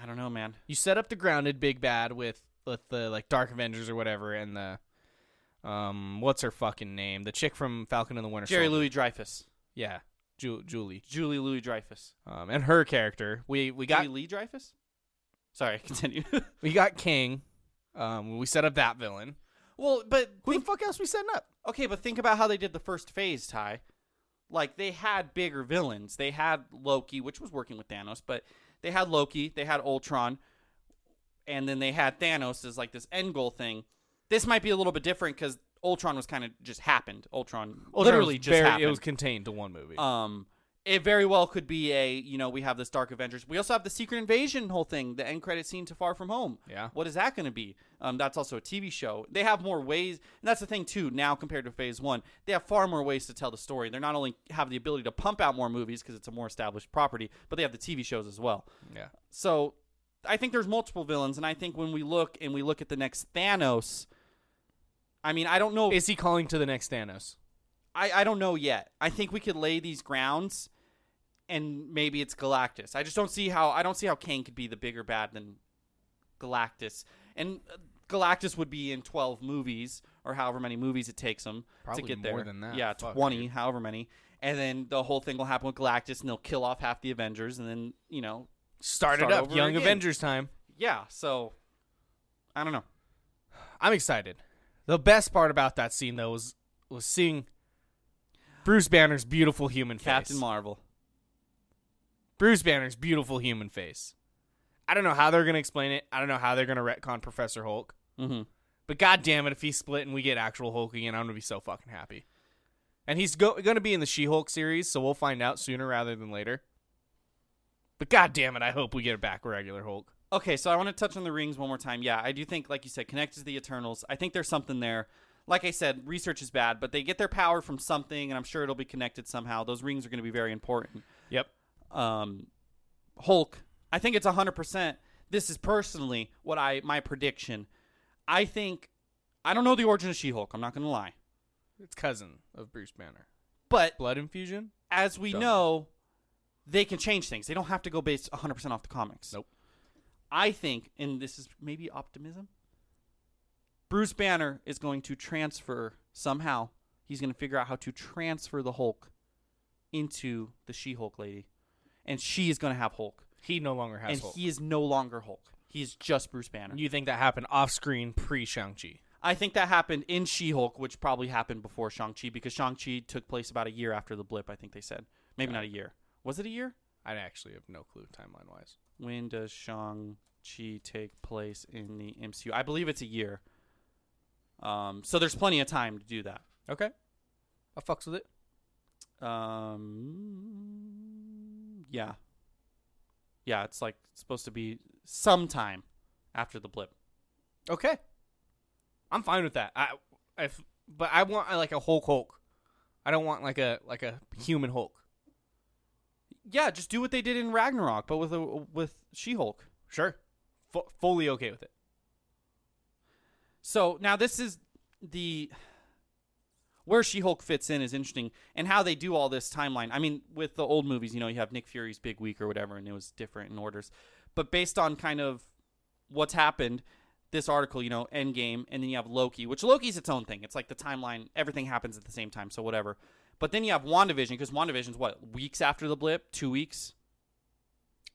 I don't know, man.
you set up the grounded big bad with with the like Dark Avengers or whatever, and the um, what's her fucking name? The chick from Falcon and the Winter
Jerry
Soldier.
Louis Dreyfus,
yeah, Ju- Julie,
Julie Louis Dreyfus,
um, and her character. We we got
Julie Lee Dreyfus. Sorry, *laughs* continue.
we got King. Um, we set up that villain.
well, but
Who
think-
the fuck else we setting up?
Okay, but think about how they did the first phase, Ty. Like they had bigger villains. They had Loki, which was working with Thanos, but they had Loki, they had Ultron, and then they had Thanos as like this end goal thing. This might be a little bit different because Ultron was kind of just happened. Ultron, literally
It was
just
very-
happened.
It was contained to one movie.
um, it very well could be a you know we have this Dark Avengers. We also have the Secret Invasion whole thing, the end credit scene to Far From Home.
Yeah.
what is that going to be? Um, that's also a TV show. They have more ways, and that's the thing too. Now compared to Phase One, they have far more ways to tell the story. They're not only have the ability to pump out more movies because it's a more established property, but they have the TV shows as well.
yeah,
So I think there's multiple villains, and I think when we look and we look at the next Thanos. I mean, I don't know.
is he calling to the next Thanos?
I, I don't know yet. I think we could lay these grounds and maybe it's Galactus. I just don't see how I don't see how Kane could be the bigger bad than Galactus. And uh, Galactus would be in 12 movies or however many movies it takes him
Probably
to get
more
there.
than that.
Yeah,
Fuck,
20, however many. And then the whole thing will happen with Galactus and they'll kill off half the Avengers and then, you know,
Start,
Start
it up,
over
Young
again.
Avengers time.
yeah, so I don't know.
I'm excited. The best part about that scene though was was seeing Bruce Banner's beautiful human
Captain
face.
Marvel.
Bruce Banner's beautiful human face. I don't know how they're gonna explain it. I don't know how they're gonna retcon Professor Hulk.
Mhm.
But god damn it, if he's split and we get actual Hulk again, I'm gonna be so fucking happy. And he's go- gonna be in the She-Hulk series, so we'll find out sooner rather than later. But god damn it, I hope we get back regular Hulk.
Okay, so I want to touch on the rings one more time. Yeah, I do think, like you said, connected to the Eternals. I think there's something there. Like I said, research is bad, but they get their power from something, and I'm sure it'll be connected somehow. Those rings are going to be very important.
Yep.
Um, Hulk, I think it's 100%. This is personally what I my prediction. I think I don't know the origin of She-Hulk. I'm not going to lie,
It's cousin of Bruce Banner.
but
Blood infusion?
as we
Don't know.
know, they can change things. They don't have to go based 100% off the comics.
Nope.
I think, and this is maybe optimism, Bruce Banner is going to transfer somehow. He's going to figure out how to transfer the Hulk into the She Hulk lady. And she is going to have Hulk.
He no longer has
and
Hulk.
he is no longer Hulk. He is just Bruce Banner.
You think that happened off screen pre Shang-Chi?
I think that happened in She Hulk, which probably happened before Shang-Chi because Shang-Chi took place about a year after the blip, I think they said. Maybe not a year. Was it a year?
I actually have no clue timeline wise.
when does Shang Chi take place in the MCU? I believe it's a year. Um, so there's plenty of time to do that.
Okay. I fucks with it.
Um, yeah, yeah, it's like supposed to be sometime after the blip.
Okay. I'm fine with that. I if but I want uh, like a Hulk Hulk. I don't want like a like a human Hulk.
Yeah, just do what they did in Ragnarok, but with a, with She Hulk.
Sure. fu- fully okay with it.
So now this is the where She Hulk fits in is interesting, and how they do all this timeline. I mean, with the old movies, you know, you have Nick Fury's big week or whatever, and it was different in orders. But based on kind of what's happened, this article, you know, Endgame, and then you have Loki, which Loki's its own thing. It's like the timeline; everything happens at the same time, so whatever. But then you have WandaVision because WandaVision's what weeks after the blip, two weeks,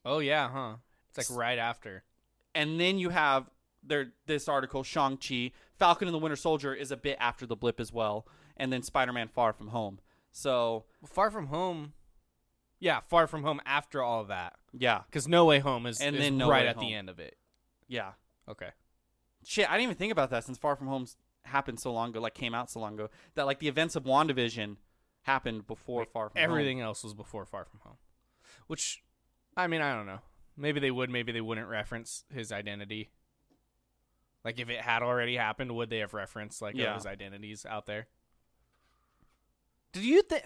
Oh yeah, huh? It's like right after.
and then you have there this article Shang Chi Falcon and the Winter Soldier is a bit after the blip as well, and then Spider Man Far From Home. So
Well, Far From Home. Yeah, Far From Home after all of that.
yeah,
Because No Way Home is,
And
is
then No
right
Way
at
Home.
the end of it.
yeah,
Okay.
shit. I didn't even think about that since Far From Home's happened so long ago, like came out so long ago that like the events of Wandavision happened before Far From
Everything else was before Far From Home. Which, I mean, I don't know. Maybe they would, maybe they wouldn't reference his identity. Like, if it had already happened, would they have referenced, like,
Yeah.
all his identities out there? Did you think.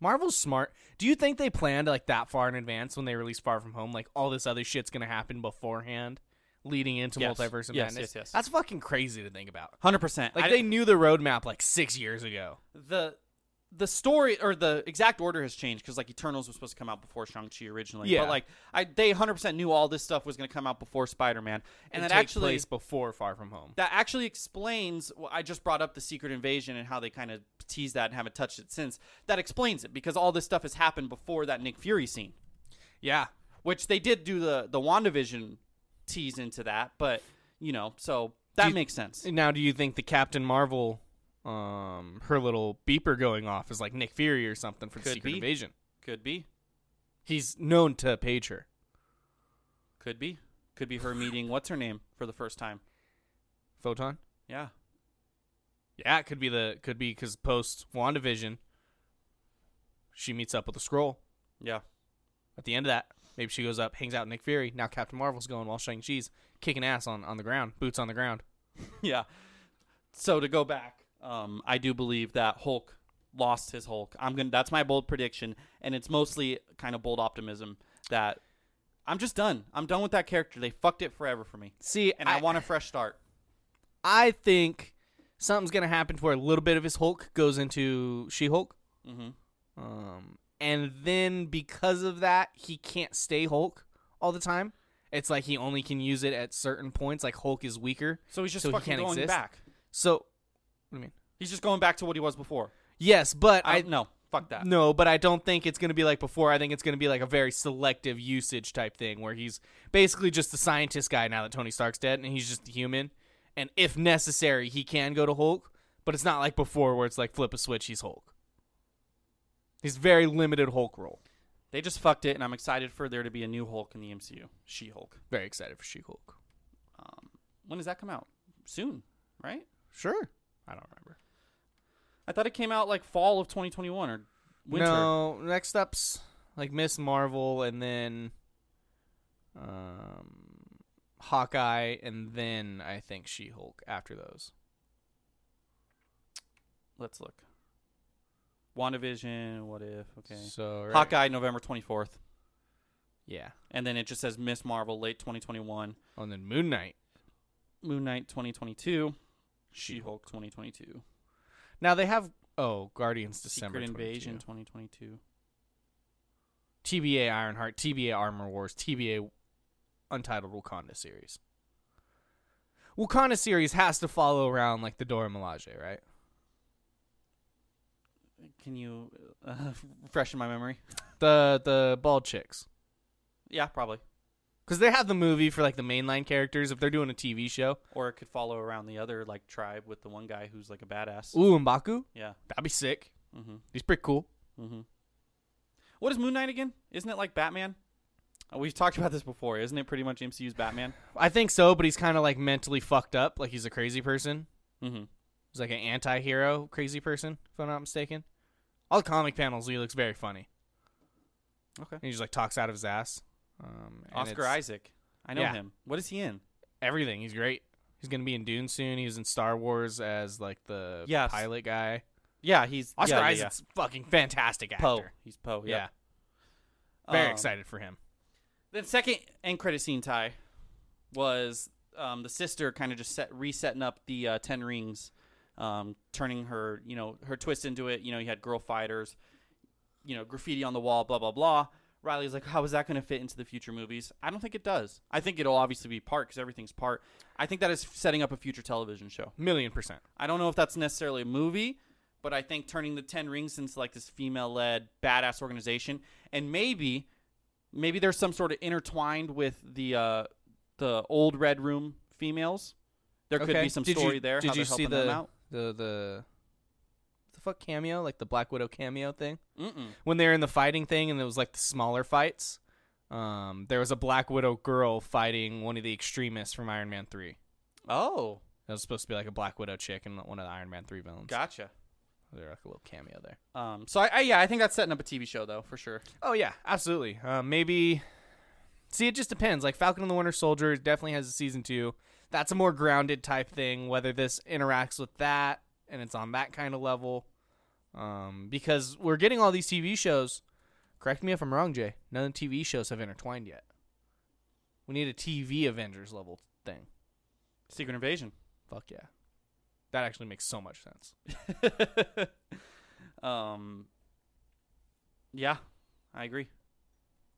Marvel's smart. Do you think they planned, like, that far in advance when they released Far From Home? Like, all this other shit's going to happen beforehand, leading into
Yes.
Multiverse of
Yes, yes,
Madness?
yes.
That's fucking crazy to think about.
Hundred percent.
Like, they knew the roadmap, like, six years ago.
the the story or the exact order has changed because like Eternals was supposed to come out before Shang Chi originally.
Yeah.
But like I, they 100% knew all this stuff was going to come out before Spider Man, and
It
that
take
actually
place before Far From Home.
that actually explains well, i just brought up the secret invasion and how they kind of tease that and haven't touched it since that explains it because all this stuff has happened before that nick fury scene
Yeah.
which they did do the the wandavision tease into that but you know so that
you-
makes sense
Now, do you think the Captain Marvel, um, her little beeper going off is like Nick Fury or something for the
Could
Secret
be.
Invasion?
could be
He's known to page her.
could be could be her meeting what's her name for the first time
Photon.
yeah
Yeah, it could be the could be because post Wandavision, she meets up with the scroll.
yeah
At the end of that, maybe she goes up, hangs out with Nick Fury. Now Captain Marvel's going while Shang Chi's kicking ass on on the ground, boots on the ground.
*laughs* yeah so to go back um i do believe that hulk lost his hulk i'm gonna that's my bold prediction and it's mostly kind of bold optimism that i'm just done i'm done with that character they fucked it forever for me
See,
and i, want a fresh start
I think something's gonna happen to where a little bit of his Hulk goes into She Hulk.
Mhm.
Um, and then because of that, he can't stay Hulk all the time. It's like he only can use it at certain points. Like Hulk is weaker,
so he's just
so he
fucking
can't
going
exist.
back
So, what do you mean?
he's just going back to what he was before
Yes, but
i
I,
don't know fuck that
no, but I don't think it's gonna be like before. I think it's gonna be like a very selective usage type thing where he's basically just the scientist guy now that Tony Stark's dead, and he's just a human. And if necessary, he can go to Hulk, but it's not like before where it's like flip a switch, he's Hulk. He's very limited Hulk role.
they just fucked it and i'm excited for there to be a new hulk in the mcu she hulk
Very excited for She Hulk.
um when does that come out soon right
Sure. I don't remember.
i thought it came out like fall of 2021 or winter
No, next up's like Miss Marvel and then um Hawkeye and then I think She Hulk after those.
Let's look. WandaVision, what if? Okay.
So right-
Hawkeye, November 24th.
Yeah.
And then it just says Miss Marvel, late 2021.
Oh, and then Moon Knight.
Moon Knight, 2022. She Hulk, 2022.
Now they have oh Guardians December
Secret Invasion,
22.
2022.
TBA Ironheart, TBA Armor Wars, TBA Untitled Wakanda series. Wakanda series has to follow around like the Dora Milaje, right?
Can you uh, *laughs* freshen my memory?
The the bald chicks.
Yeah, probably.
Because they have the movie for like the mainline characters. If they're doing a TV show,
Or it could follow around the other like tribe with the one guy who's like a badass.
ooh Mbaku,
Yeah.
that'd be sick.
Mm-hmm.
He's pretty cool.
Mm-hmm. What is Moon Knight again? Isn't it like Batman? Uh, We've talked about this before. Isn't it pretty much MCU's
*sighs*
Batman?
I think so, but he's kind of like mentally fucked up. Like he's a crazy person.
Mm-hmm.
He's like an anti-hero crazy person, if I'm not mistaken. All the comic panels, he looks very funny.
Okay.
And he just like talks out of his ass. Um, and
Oscar
it's
Isaac. I know
Yeah.
him. What is he in?
Everything. He's great. He's gonna be in Dune soon. He was in Star Wars as like the
Yes.
pilot guy.
Yeah, he's
Oscar
yeah, yeah, yeah.
Isaac's fucking fantastic actor.
Poe. He's Poe.
Yeah.
Yeah.
Very
Um,
excited for him.
Then second end credit scene tie. was um, the sister kind of just set resetting up the uh, Ten Rings, um, turning her you know her twist into it. You know, you had girl fighters, you know, graffiti on the wall, blah blah blah. Riley's like, how is that going to fit into the future movies? I don't think it does. I think it'll obviously be part because everything's part. I think that is setting up a future television show.
Million percent.
I don't know if that's necessarily a movie, but I think turning the Ten Rings into like this female-led badass organization, and maybe, maybe there's some sort of intertwined with the uh, the old Red Room females. There could
Okay.
be some
Did you-
story there.
Did
how
you
they're
see
helping them
the,
out.
the the the fuck cameo, like the Black Widow cameo thing?
Mm-mm.
When they were in the fighting thing and it was like the smaller fights. Um, there was a Black Widow girl fighting one of the extremists from Iron Man three.
Oh,
That was supposed to be like a Black Widow chick and one of the Iron Man three villains.
gotcha.
They're like a little cameo there.
Um, so I, I yeah, I think that's setting up a TV show though for sure.
Oh yeah, absolutely. Uh, maybe. See, it just depends. Like Falcon and the Winter Soldier definitely has a season two. That's a more grounded type thing. Whether this interacts with that and it's on that kind of level, um, because we're getting all these TV shows. Correct me if I'm wrong, Jay. None of the TV shows have intertwined yet. We need a TV Avengers level thing.
Secret Invasion.
Fuck yeah, that actually makes so much sense.
*laughs* um, yeah, I agree.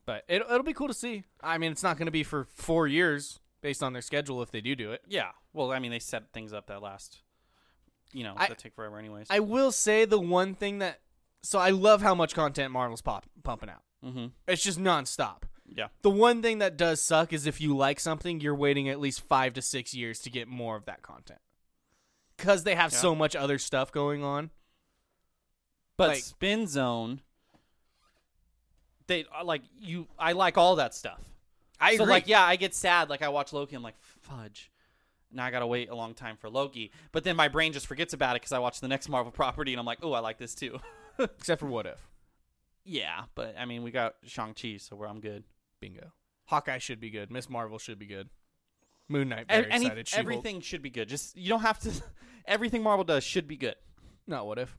But it, it'll be cool to see. I mean, it's not going to be for four years based on their schedule if they do do it.
Yeah. Well, I mean, they set things up that last, you know,
I-
that take forever, anyways.
I will say the one thing that so I love how much content Marvel's pop, pumping out.
mm-hmm.
It's just nonstop.
Yeah.
The one thing that does suck is if you like something, you're waiting at least five to six years to get more of that content because they have
Yeah.
so much other stuff going on.
But
Like-
Spin Zone, they uh, like you. I like all that stuff.
I
so like, yeah, I get sad. Like I watch Loki, I'm like, fudge. Now I gotta wait a long time for Loki. But then my brain just forgets about it because I watch the next Marvel *laughs* property and I'm like, oh, I like this too. *laughs*
except for what if
yeah, but I mean, we got Shang Chi, so we're, I'm good.
bingo. Hawkeye should be good. Miss Marvel should be good. Moon Knight
E-
very
any-
excited. She-Hulk.
everything should be good. Just you don't have to. *laughs* everything Marvel does should be good.
Not what if.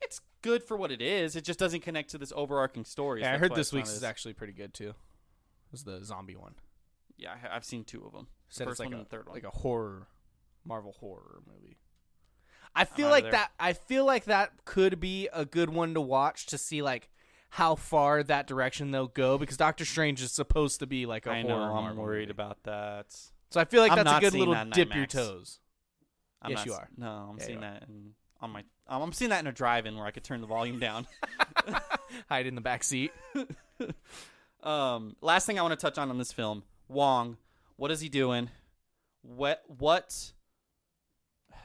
It's good for what it is. It just doesn't connect to this overarching story. so
Yeah, I
that's
heard
why
this
it's not
week's is
as-
actually pretty good too. It was the zombie one.
Yeah, I ha- I've seen two of them.
Said
First
it's like
one
a
and the third one.
like a horror, Marvel horror movie. I feel
outta
like
there.
that. I feel like that could be a good one to watch to see like how far that direction they'll go because Doctor Strange is supposed to be like a
I know.
horror.
I'm
Marvel
worried
movie.
about that.
So I feel like
I'm
that's a
not
good
seeing
little
that in
dip your
IMAX.
toes.
I'm
Yes,
not
you
s-
are.
No, I'm
Yeah, you
seeing
are.
that in, on my. Um, I'm seeing that in a drive-in where I could turn the volume
*laughs*
down.
Hide in the back seat.
um, last thing I want to touch on on this film, Wong. What is he doing? What what?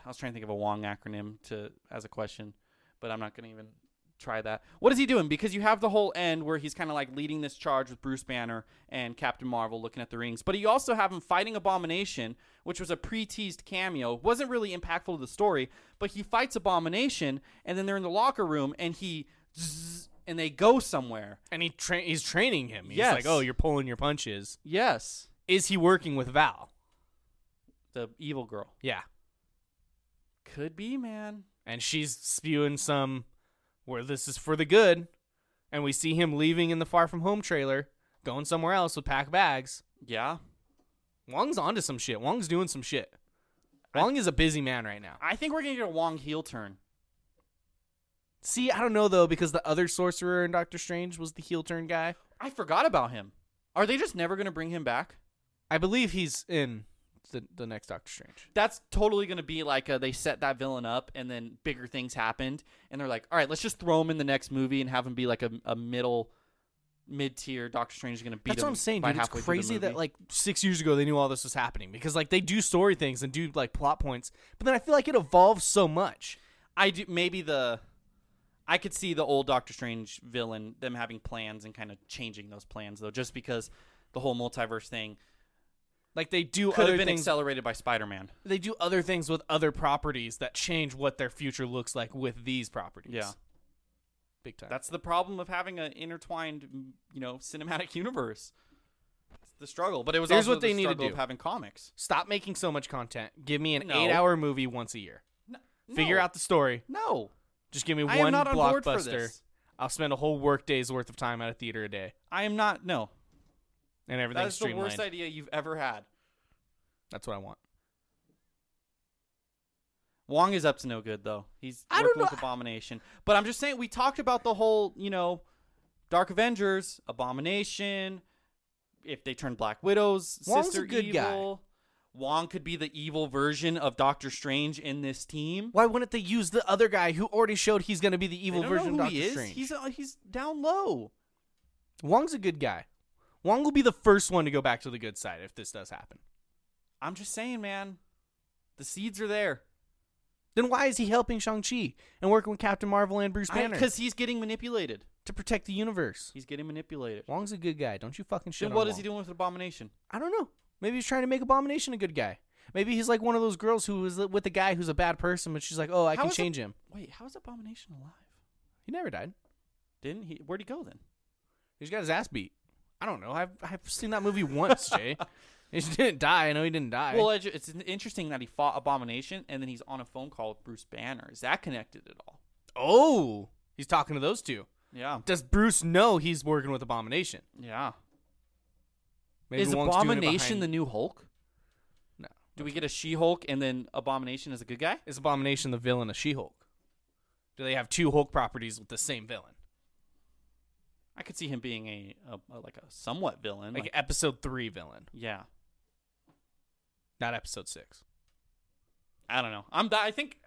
I was trying to think of a Wong acronym to as a question, but I'm not gonna even try that. What is he doing? Because you have the whole end where he's kind of like leading this charge with Bruce Banner and Captain Marvel looking at the rings, but you also have him fighting Abomination, which was a pre-teased cameo. wasn't really impactful to the story, but he fights Abomination, and then they're in the locker room, and he. zzz, and they go somewhere.
And he tra- he's training him. He's
Yes.
like, oh, you're pulling your punches.
Yes.
Is he working with Val?
the evil girl.
Yeah.
Could be, man.
and she's spewing some where this is for the good and we see him leaving in the far from home trailer going somewhere else with pack bags
Yeah.
wong's onto some shit wong's doing some shit wong is a busy man right now
I think we're going to get a Wong heel turn.
see i don't know though because the other sorcerer in doctor strange was the heel turn guy
I forgot about him. Are they just never going to bring him back?
i believe he's in the, the next doctor strange
That's totally going to be like uh they set that villain up and then bigger things happened. And they're like, all right, let's just throw him in the next movie and have him be like a, a middle, mid tier Doctor Strange is going to beat
that's
him.
what i'm saying
by
dude it's
halfway through the
crazy that
movie.
like six years ago they knew all this was happening because like they do story things and do like plot points but then i feel like it evolves so much
I do maybe the I could see the old Doctor Strange villain them having plans and kind of changing those plans though, just because the whole multiverse thing
like they do
could
other
have been
things
accelerated by Spider Man.
they do other things with other properties that change what their future looks like with these properties.
Yeah.
Big time.
That's the problem of having an intertwined, m- you know, cinematic *laughs* universe. It's the struggle, but it was
Here's
also
what they
the
need to
struggle
do.
of having comics.
Stop making so much content. Give me an
No.
8-hour movie once a year.
No,
Figure
no.
out the story.
No,
Just give me
I
one
am not on board for
blockbuster.
this.
I'll spend a whole workday's worth of time at a theater a day
I am not. No,
and
that is
everything's
the
streamlined.
worst idea you've ever had.
That's what I want.
Wong is up to no good though. He's
I
working
don't
with
know-
Abomination. But I'm just saying we talked about the whole, you know, Dark Avengers, Abomination, if they turn Black Widow's
Wong's a
sister
good guy.
evil. Wong could be the evil version of Doctor Strange in this team.
Why wouldn't they use the other guy who already showed he's going to be the
They
evil
don't
version
know
of
who
Doctor
he is.
Strange?
He's uh, he's down low.
Wong's a good guy. Wong will be the first one to go back to the good side if this does happen.
I'm just saying, man. The seeds are there.
Then why is he helping Shang-Chi and working with Captain Marvel and Bruce Banner
Because he's getting manipulated.
to protect the universe?
He's getting manipulated.
Wong's a good guy. Don't you fucking shit
Then
on
what is he
Wong.
doing with Abomination?
I don't know. Maybe he's trying to make Abomination a good guy. Maybe he's like one of those girls who was with a guy who's a bad person, but she's like, oh, I
How
can
is
change
Ab-
him.
Wait, how is Abomination alive?
He never died.
Didn't he? Where'd he go then?
He's got his ass beat. I don't know. I've, I've seen that
*laughs*
movie once, Jay. He just didn't die. I know he didn't die.
Well, it- it's interesting that he fought Abomination and then he's on a phone call with Bruce Banner. Is that connected at all?
oh, he's talking to those two.
Yeah.
Does Bruce know he's working with Abomination?
Yeah.
Maybe
is
Wong's doing it
Abomination
behind-
the new Hulk?
No.
Do we get a She Hulk and then Abomination is a good guy?
Is Abomination the villain of She-Hulk? Do they have two Hulk properties with the same villain?
I could see him being a, a, a- like a somewhat villain.
Like,
like-
episode three villain,
yeah.
not episode six.
I don't know. I'm. I think.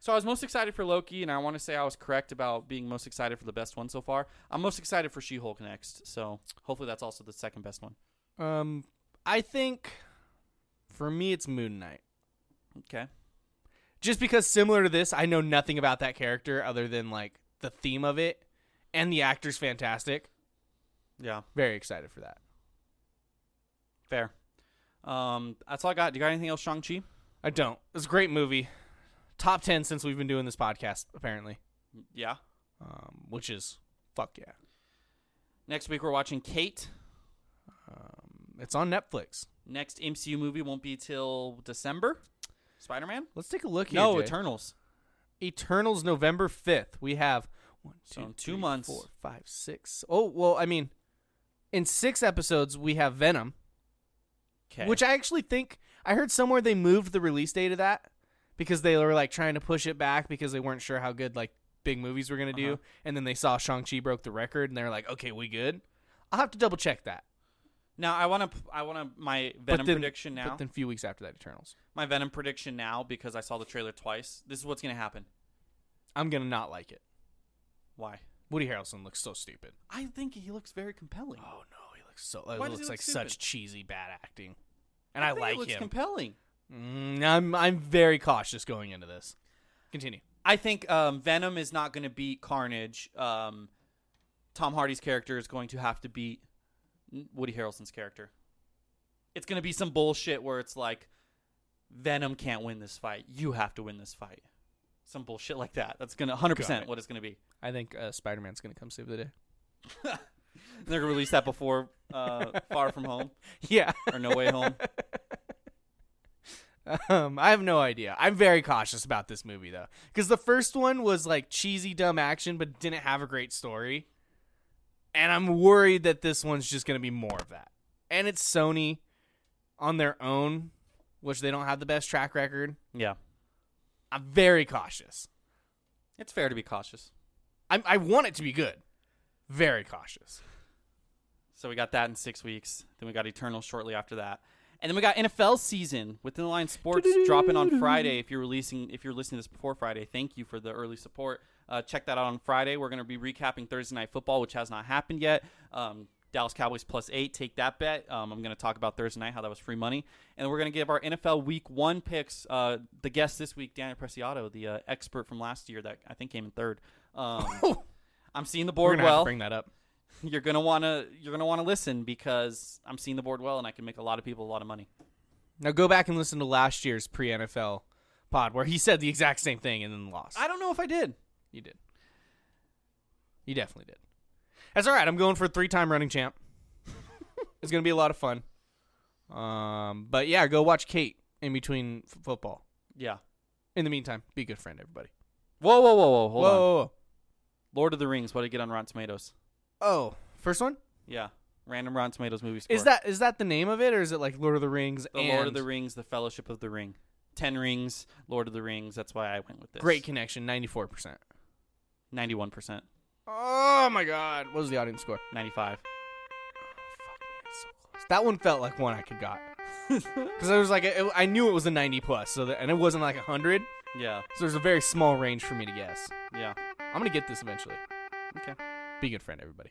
So I was most excited for Loki, and I want to say I was correct about being most excited for the best one so far. I'm most excited for She-Hulk next, so hopefully that's also the second best one.
Um, I think for me it's Moon Knight.
Okay.
Just because similar to this, I know nothing about that character other than like the theme of it, and the actor's fantastic.
Yeah.
Very excited for that.
Fair. Um, that's all I got. Do you got anything else, Shang Chi?
I don't. It's a great movie. Top ten since we've been doing this podcast, apparently.
Yeah.
Um, which is fuck yeah.
Next week we're watching Kate.
Um, it's on Netflix.
Next MCU movie won't be till December. Spider Man.
Let's take a look here.
No,
Jay.
Eternals.
Eternals November 5th. We have one,
So
two,
in two
three,
months.
four, five, six. Oh, well, I mean, in six episodes, we have Venom, which I actually think I heard somewhere they moved the release date of that because they were like trying to push it back because they weren't sure how good like big movies were going to do.
Uh-huh.
And then they saw Shang-Chi broke the record and they were like, okay, we good. I'll have to double check that.
now I want to. I want to my
But
Venom
then-
prediction now.
But then a few weeks after that, Eternals.
my Venom prediction now because I saw the trailer twice. This is what's gonna happen.
I'm going to not like it.
Why?
Woody Harrelson looks so stupid.
I think he looks very compelling.
Oh no, he looks so.
Why
it
does he
looks
look
like
stupid?
such cheesy bad acting, and I,
think
like
it looks
him.
compelling.
Mm, I'm I'm very cautious going into this. Continue.
I think um, Venom is not going to beat Carnage. Um, Tom Hardy's character is going to have to beat Woody Harrelson's character. It's going to be some bullshit where it's like Venom can't win this fight. You have to win this fight. Some bullshit like that. That's going to 100%
Got it.
what it's going to be.
I think uh, Spider Man's gonna come save the day.
And they're going to release that before uh, Far From Home
*laughs* Yeah.
or No Way
*laughs*
Home.
Um, I have no idea. I'm very cautious about this movie though, because the first one was like cheesy, dumb action, but didn't have a great story, and I'm worried that this one's just gonna be more of that. And it's Sony on their own, which they don't have the best track record.
Yeah.
I'm very cautious.
It's fair to be cautious.
I, I want it to be good. Very cautious.
So we got that in six weeks. Then we got Eternal shortly after that, and then we got NFL season within the line sports dropping on Friday. If you're releasing, if you're listening to this before Friday, thank you for the early support. Uh, check that out on Friday. We're going to be recapping Thursday night football, which has not happened yet. Um, Dallas Cowboys plus eight. Take that bet. Um, I'm going to talk about Thursday night how that was free money, and we're going to give our NFL Week One picks. Uh, the guest this week, Daniel Preciado, the uh, expert from last year that I think came in third. Um,
*laughs*
I'm seeing the
We're
board
gonna have
well
to bring that up.
you're gonna wanna you're gonna wanna listen because I'm seeing the board well and I can make a lot of people a lot of money.
Now go back and listen to last year's pre NFL pod where he said the exact same thing and then lost.
I don't know if I did.
you did. You definitely did. That's all right. I'm going for a three time
*laughs*
running champ. it's gonna be a lot of fun. Um, but yeah, go watch Kate in between f- football.
Yeah.
In the meantime, be a good friend, everybody.
Whoa, whoa, whoa, whoa, hold
whoa,
on.
whoa, whoa.
Lord of the Rings, what did it get on Rotten Tomatoes?
Oh, first one.
Yeah. Random Rotten Tomatoes movie score.
Is that is that the name of it, or is it like Lord of the Rings?
the
and
Lord of the Rings, the Fellowship of the Ring, Ten Rings, Lord of the Rings? That's why I went with this.
Great connection, ninety four percent.
ninety-one percent,
Oh my God! What was the audience score?
ninety-five.
That one felt like one I could got because I was like I- I knew it was a ninety plus, so that, and it wasn't like a hundred,
Yeah,
so there's a very small range for me to guess.
yeah.
I'm gonna get this eventually.
Okay.
Be a good friend, everybody.